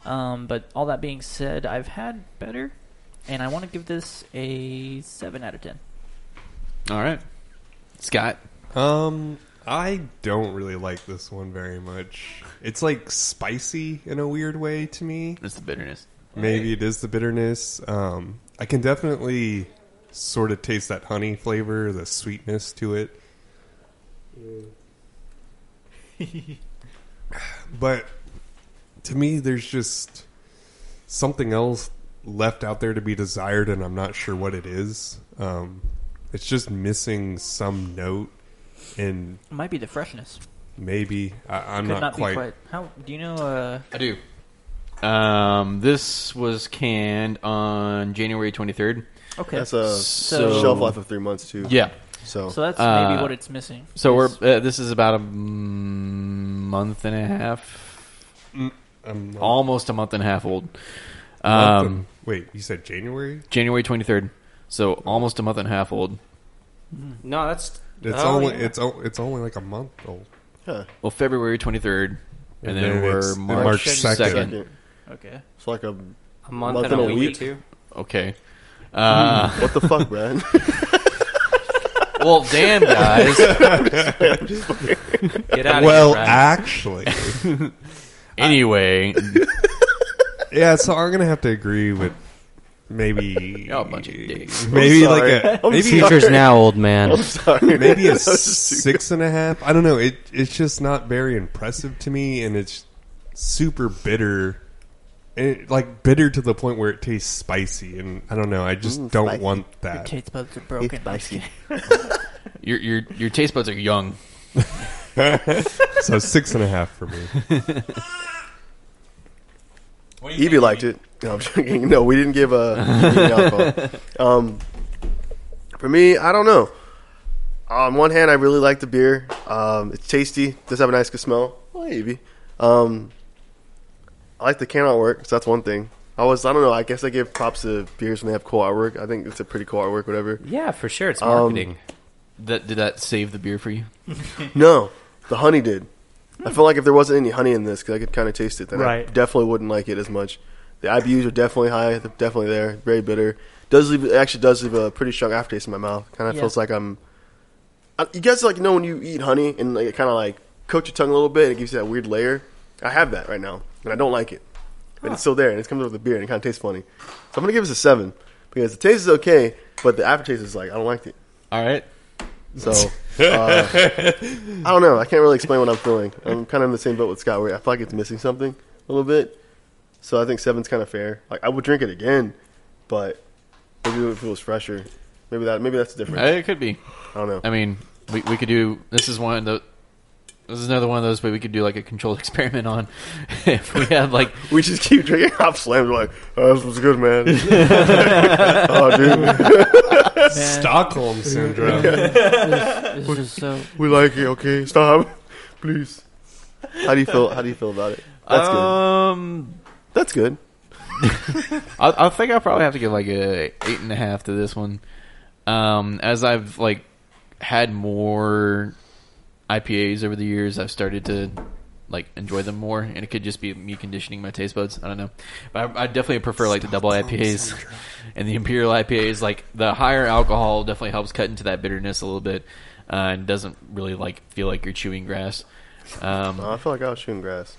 Speaker 3: Um, but all that being said, I've had better, and I want to give this a seven out of ten.
Speaker 1: All right, Scott.
Speaker 5: Um, I don't really like this one very much. It's like spicy in a weird way to me.
Speaker 1: That's the bitterness.
Speaker 5: Maybe it is the bitterness. Um, I can definitely sort of taste that honey flavor, the sweetness to it. but to me, there's just something else left out there to be desired, and I'm not sure what it is. Um, it's just missing some note, and
Speaker 3: It might be the freshness.
Speaker 5: Maybe I, I'm
Speaker 3: Could
Speaker 5: not,
Speaker 3: not
Speaker 5: quite.
Speaker 3: be quite. How do you know? Uh,
Speaker 1: I do. Um, this was canned on January 23rd.
Speaker 3: okay,
Speaker 4: That's a
Speaker 1: So-
Speaker 4: Uh, shelf life of three months too.
Speaker 1: Yeah.
Speaker 4: So,
Speaker 3: so that's
Speaker 1: uh,
Speaker 3: maybe what it's missing.
Speaker 1: So we're
Speaker 3: It's-
Speaker 1: uh, this is about a mm, month and a half,
Speaker 5: I'm
Speaker 4: Um,
Speaker 5: not-
Speaker 1: almost a month and a half old.
Speaker 5: not the-
Speaker 1: Um,
Speaker 5: wait, you said January?
Speaker 1: January 23rd. So almost a month and a half old.
Speaker 2: No, that's
Speaker 5: It's
Speaker 2: oh,
Speaker 5: only
Speaker 2: yeah.
Speaker 5: it's o- it's only like a month old.
Speaker 4: huh.
Speaker 1: Well, February 23rd, and,
Speaker 5: And
Speaker 1: then,
Speaker 5: then
Speaker 1: we're
Speaker 5: it's- and
Speaker 1: March,
Speaker 5: March
Speaker 1: 2nd.
Speaker 5: second.
Speaker 4: Second.
Speaker 3: okay.
Speaker 4: It's like a
Speaker 2: a month, and a, week, or two.
Speaker 1: Okay. Uh,
Speaker 4: what the fuck, Brad?
Speaker 5: Hmm.
Speaker 1: well, damn,
Speaker 5: *laughs*
Speaker 1: guys.
Speaker 2: Get out of
Speaker 5: Well,
Speaker 2: here, Brad.
Speaker 5: actually,
Speaker 1: anyway,
Speaker 5: yeah. So I'm gonna have to agree with maybe
Speaker 1: Y'all a bunch of dicks.
Speaker 5: Maybe
Speaker 4: I'm
Speaker 5: like
Speaker 4: sorry.
Speaker 5: a
Speaker 4: *laughs* I'm
Speaker 5: maybe
Speaker 4: sorry.
Speaker 2: Future's now, old man.
Speaker 4: I'm *laughs* sorry. *laughs*
Speaker 5: maybe
Speaker 4: That
Speaker 5: a
Speaker 4: was just too-
Speaker 5: six and a half. I don't know. It it's just not very impressive to me, and it's super bitter, it, like bitter to the point where it tastes spicy. And I don't know. I just
Speaker 4: Mm,
Speaker 5: don't
Speaker 4: spicy.
Speaker 5: want
Speaker 3: Your
Speaker 5: that.
Speaker 3: taste buds are broken.
Speaker 5: *laughs*
Speaker 1: your your your taste buds are young.
Speaker 5: *laughs* so six and a half for me.
Speaker 4: Evie liked it. No, I'm *laughs* joking. No, we didn't give a alcohol. Um, for me, I don't know. On one hand, I really like the beer. Um, it's tasty. Does have a nice good smell. Well, Evie. Um, I like the can artwork. So that's one thing. I was. I don't know. I guess I give props to beers when they have cool artwork. I think it's a pretty cool artwork. Whatever.
Speaker 2: *laughs* Yeah, for sure. It's
Speaker 4: Um,
Speaker 2: marketing.
Speaker 1: That did that save the beer for you?
Speaker 4: No, the honey did. I feel like if there wasn't any honey in this, because I could kind of taste it, then I
Speaker 3: Right.
Speaker 4: definitely wouldn't like it as much. The IBUs are definitely high. They're definitely there. Very bitter. Does leave it actually does leave a pretty strong aftertaste in my mouth. Kind of
Speaker 3: Yeah.
Speaker 4: feels like I'm. I, you guys like know when you eat honey and like, it kind of like coats your tongue a little bit and it gives you that weird layer. I have that right now and I don't like it, but it's still there and it's coming with the beer and it kind of tastes funny. So I'm gonna give this a seven because the taste is okay, but the aftertaste is like I don't like it.
Speaker 1: All right.
Speaker 4: So uh, I don't know. I can't really explain what I'm feeling. I'm kind of in the same boat with Scott, where I feel like it's missing something a little bit. So I think seven's kind of fair. Like I would drink it again, but maybe if it was fresher, maybe that maybe that's different.
Speaker 1: Uh, It could be.
Speaker 4: I don't know.
Speaker 1: I mean, we we could do. This is one of the. This is another one of those, but we could do like a controlled *laughs* experiment on if we had like
Speaker 4: We just keep drinking hop slams. We're like, oh, this was good, man. oh, dude,
Speaker 3: Man,
Speaker 5: Stockholm syndrome.
Speaker 3: This is just so.
Speaker 4: we like it. Okay, stop, please. How do you feel? How do you feel about it? That's good.
Speaker 1: um.
Speaker 4: That's good.
Speaker 1: I, I think I probably have to give like a eight and a half to this one. Um, as I've like had more IPAs over the years, I've started to like enjoy them more, and it could just be me conditioning my taste buds. I don't know, but I, I definitely prefer like the double IPAs *laughs* and the imperial IPAs. Like the higher alcohol definitely helps cut into that bitterness a little bit, uh, and doesn't really like feel like you're chewing grass. Um,
Speaker 4: Oh, I feel like I was shooting grass.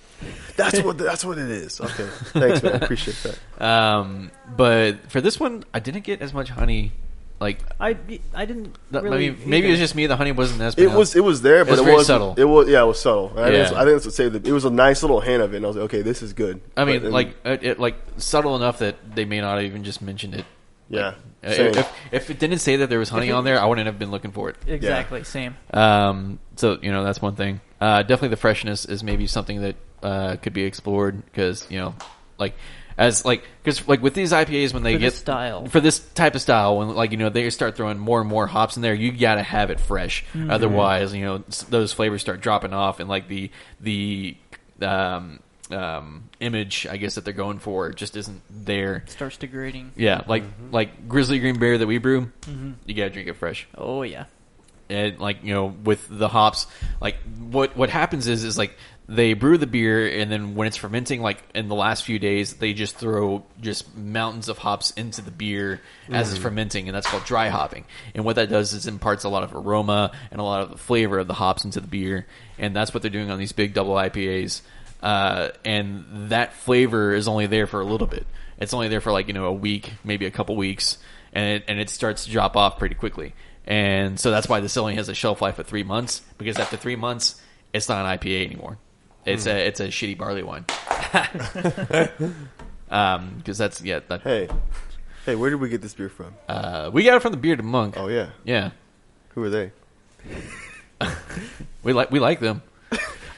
Speaker 4: That's what. That's what it is. *laughs* Okay, thanks, man. I appreciate that.
Speaker 1: um, but for this one, I didn't get as much honey. Like
Speaker 3: I, I didn't.
Speaker 1: That-
Speaker 3: really
Speaker 1: maybe maybe it was
Speaker 3: either.
Speaker 1: just me. The honey wasn't as.
Speaker 4: It
Speaker 1: pronounced.
Speaker 4: was it was there, but
Speaker 1: was
Speaker 4: it
Speaker 1: very
Speaker 4: was
Speaker 1: subtle.
Speaker 4: It was yeah, it was subtle. I, think that's-
Speaker 1: Yeah.
Speaker 4: I think that's what saved it. It was a nice little hint of it, and I was like, okay, this is good.
Speaker 1: I mean,
Speaker 4: But um, then-
Speaker 1: like uh, it, it, like subtle enough that they may not have even just mentioned it.
Speaker 4: yeah,
Speaker 1: Uh,
Speaker 4: same.
Speaker 1: If, if it didn't say that there was honey on there, I wouldn't have been looking for it.
Speaker 3: exactly same.
Speaker 1: Um, so you know that's one thing. Uh, definitely the freshness is maybe something that uh, could be explored because you know, like as like because like with these IPAs when they
Speaker 3: For
Speaker 1: get
Speaker 3: this style.
Speaker 1: for this type of style when like you know they start throwing more and more hops in there, you gotta have it fresh.
Speaker 3: Mm-hmm.
Speaker 1: Otherwise, you know s- those flavors start dropping off and like the the um, um, image I guess that they're going for just isn't there.
Speaker 3: Starts degrading.
Speaker 1: Yeah, like
Speaker 3: Mm-hmm.
Speaker 1: like grizzly green beer that we brew, you gotta drink it fresh
Speaker 3: Oh yeah.
Speaker 1: and like you know with the hops like what what happens is is like they brew the beer and then when it's fermenting like in the last few days they just throw just mountains of hops into the beer as it's fermenting and that's called dry hopping and what that does is imparts a lot of aroma and a lot of the flavor of the hops into the beer and that's what they're doing on these big double ipas uh, and that flavor is only there for a little bit it's only there for like you know a week maybe a couple weeks and it, and it starts to drop off pretty quickly and so that's why this only has a shelf life of three months because after three months, it's not an IPA anymore.
Speaker 4: Hmm.
Speaker 1: It's a it's a shitty barley
Speaker 4: *laughs*
Speaker 1: wine. *laughs* um, because that's yeah, that,
Speaker 4: hey, hey, where did we get this beer from?
Speaker 1: uh, we got it from the Bearded Monk.
Speaker 4: Oh yeah,
Speaker 1: Yeah,
Speaker 4: who are they?
Speaker 1: we like we like them.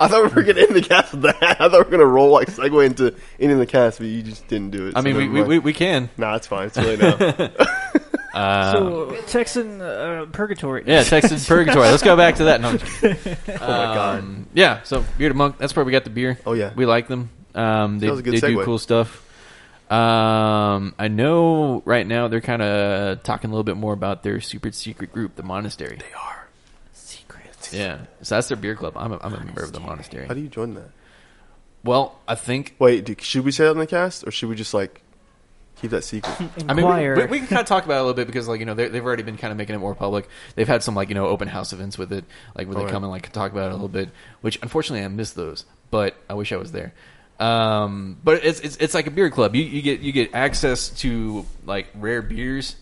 Speaker 4: I thought we were *laughs* going to end the cast with that. I thought we were going to roll like segue into ending the cast, but you just didn't do it.
Speaker 1: I mean, we, we, we, we can.
Speaker 4: Nah, it's fine. It's really
Speaker 1: *laughs*
Speaker 4: Oh, now.
Speaker 3: so Texan uh, Purgatory.
Speaker 1: Uh, Yeah, Texan Purgatory. Let's go back to that. No,
Speaker 4: *laughs*
Speaker 1: I'm just kidding.
Speaker 4: Oh my God.
Speaker 1: Um, yeah, so Bearded Monk. That's where we got the beer.
Speaker 4: Oh, yeah.
Speaker 1: we like them. Um, they
Speaker 4: That was a good
Speaker 1: they do
Speaker 4: segue.
Speaker 1: cool stuff. Um, I know right now they're kind of talking a little bit more about their super secret group, the Monastery. They are.
Speaker 3: Secrets.
Speaker 1: Yeah, so that's their beer club. I'm a, I'm a member of the Monastery.
Speaker 4: How do you join that?
Speaker 1: Well, I think.
Speaker 4: Wait, do, should we say that on the cast, or should we just like keep that secret?
Speaker 1: I mean,
Speaker 3: Inquire.
Speaker 1: we, we, we can kind of talk about it a little bit because, like, you know, they- they've already been kind of making it more public. They've had some, like, you know, open house events with it, like, where they
Speaker 4: Alright.
Speaker 1: come and, like, talk about it a little bit, which unfortunately I missed those, but I wish I was there. Um, but it's, it's, it's like a beer club. You, you get, you get access to, like, rare beers.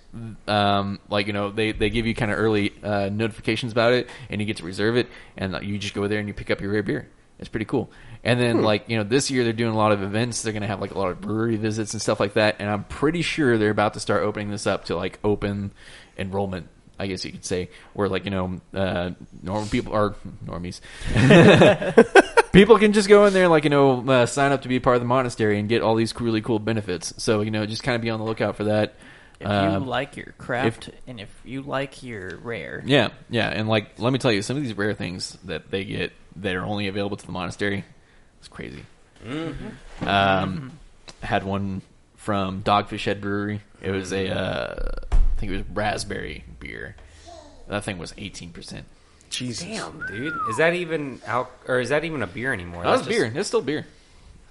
Speaker 1: Um, like, you know, they, they give you kind of early, uh, notifications about it and you get to reserve it and like, you just go there and you pick up your rare beer. It's pretty cool. And then like, you know, this year they're doing a lot of events. They're going to have like a lot of brewery visits and stuff like that. And I'm pretty sure they're about to start opening this up to like open enrollment, I guess you could say, where like, you know, uh, normal people are normies.
Speaker 3: *laughs*
Speaker 1: people can just go in there, like, you know, uh, sign up to be part of the monastery and get all these really cool benefits. So, you know, just kind of be on the lookout for that.
Speaker 3: If you
Speaker 1: Um,
Speaker 3: like your craft, and if you like your rare,
Speaker 1: yeah, yeah, and like let me tell you, some of these rare things that they get that are only available to the monastery, it's crazy.
Speaker 3: Mm-hmm.
Speaker 1: Um, had one from Dogfish Head Brewery. It was a, uh, I think it was raspberry beer. That thing was eighteen percent.
Speaker 4: Jesus.
Speaker 2: Damn, dude, is that even al- or is that even a beer anymore?
Speaker 1: That was
Speaker 2: That's just-
Speaker 1: beer. It's still beer.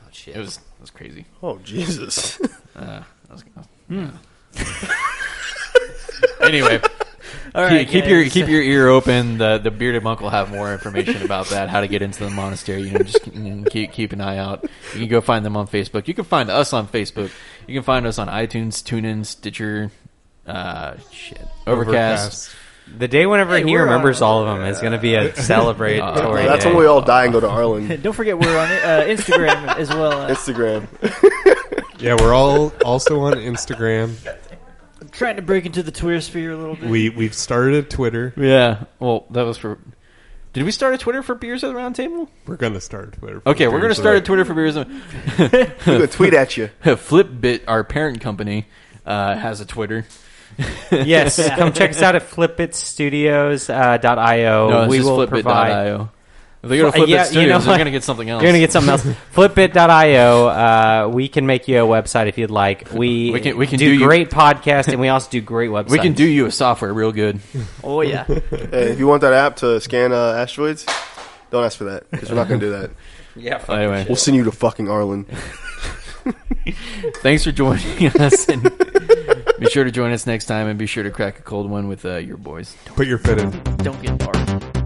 Speaker 2: Oh, shit.
Speaker 1: It was it was crazy.
Speaker 4: Oh Jesus.
Speaker 1: Uh, that was, yeah. *laughs* anyway.
Speaker 3: all
Speaker 1: Keep- keep your
Speaker 3: *laughs*
Speaker 1: keep your ear open. The the bearded monk will have more information about that, how to get into the monastery. You know, just mm, keep keep an eye out. You can go find them on Facebook. You can find us on Facebook. You can find us on iTunes, TuneIn, Stitcher, uh, shit, Overcast.
Speaker 2: the day whenever
Speaker 3: Hey,
Speaker 2: he
Speaker 3: we're
Speaker 2: remembers
Speaker 3: on-
Speaker 2: all of them is going to be a
Speaker 1: Uh,
Speaker 2: celebratory.
Speaker 4: That's
Speaker 2: day.
Speaker 4: when we all die and go
Speaker 3: *laughs*
Speaker 4: to Ireland.
Speaker 3: Don't forget we're on uh, Instagram as well. Uh,
Speaker 4: Instagram. *laughs*
Speaker 5: Yeah, we're all also on Instagram.
Speaker 3: trying to break into the Twitter sphere a little bit.
Speaker 5: We we've started a Twitter.
Speaker 1: Yeah. Well, that was for. Did we start a Twitter for beers at the round table?
Speaker 5: We're gonna start a Twitter.
Speaker 1: Okay, we're gonna start a Twitter for beers. at-
Speaker 4: We're gonna tweet at you.
Speaker 1: *laughs* Flipbit, our parent company, uh, has a Twitter.
Speaker 2: *laughs*
Speaker 1: *laughs*
Speaker 2: yes, come check us out at uh, flipitstudios.io.
Speaker 1: No, it's
Speaker 2: we
Speaker 1: just
Speaker 2: will
Speaker 1: flipbit.io.
Speaker 2: provide.
Speaker 1: If they go to
Speaker 2: Fli-
Speaker 1: Flipbit
Speaker 2: yeah, you
Speaker 1: Studios,
Speaker 2: know
Speaker 1: they're
Speaker 2: what?
Speaker 1: gonna get something else.
Speaker 2: You're gonna
Speaker 1: *laughs*
Speaker 2: get something else. Flipbit.io. Uh, we can make you a website if you'd like. We
Speaker 1: We can- we can do
Speaker 2: do,
Speaker 1: you-
Speaker 2: great podcasts and we also do great websites.
Speaker 1: We can do you a software real good.
Speaker 3: Oh yeah,
Speaker 4: Hey, if you want that app to scan uh, asteroids, don't ask for that because we're not gonna do that.
Speaker 2: yeah. fuck
Speaker 1: Anyway,
Speaker 4: We'll send you to fucking Ireland.
Speaker 1: thanks for joining *laughs* us, and be sure to join us next time, and be sure to crack a cold one with uh, your boys.
Speaker 5: Put your foot in.
Speaker 3: don't get barred.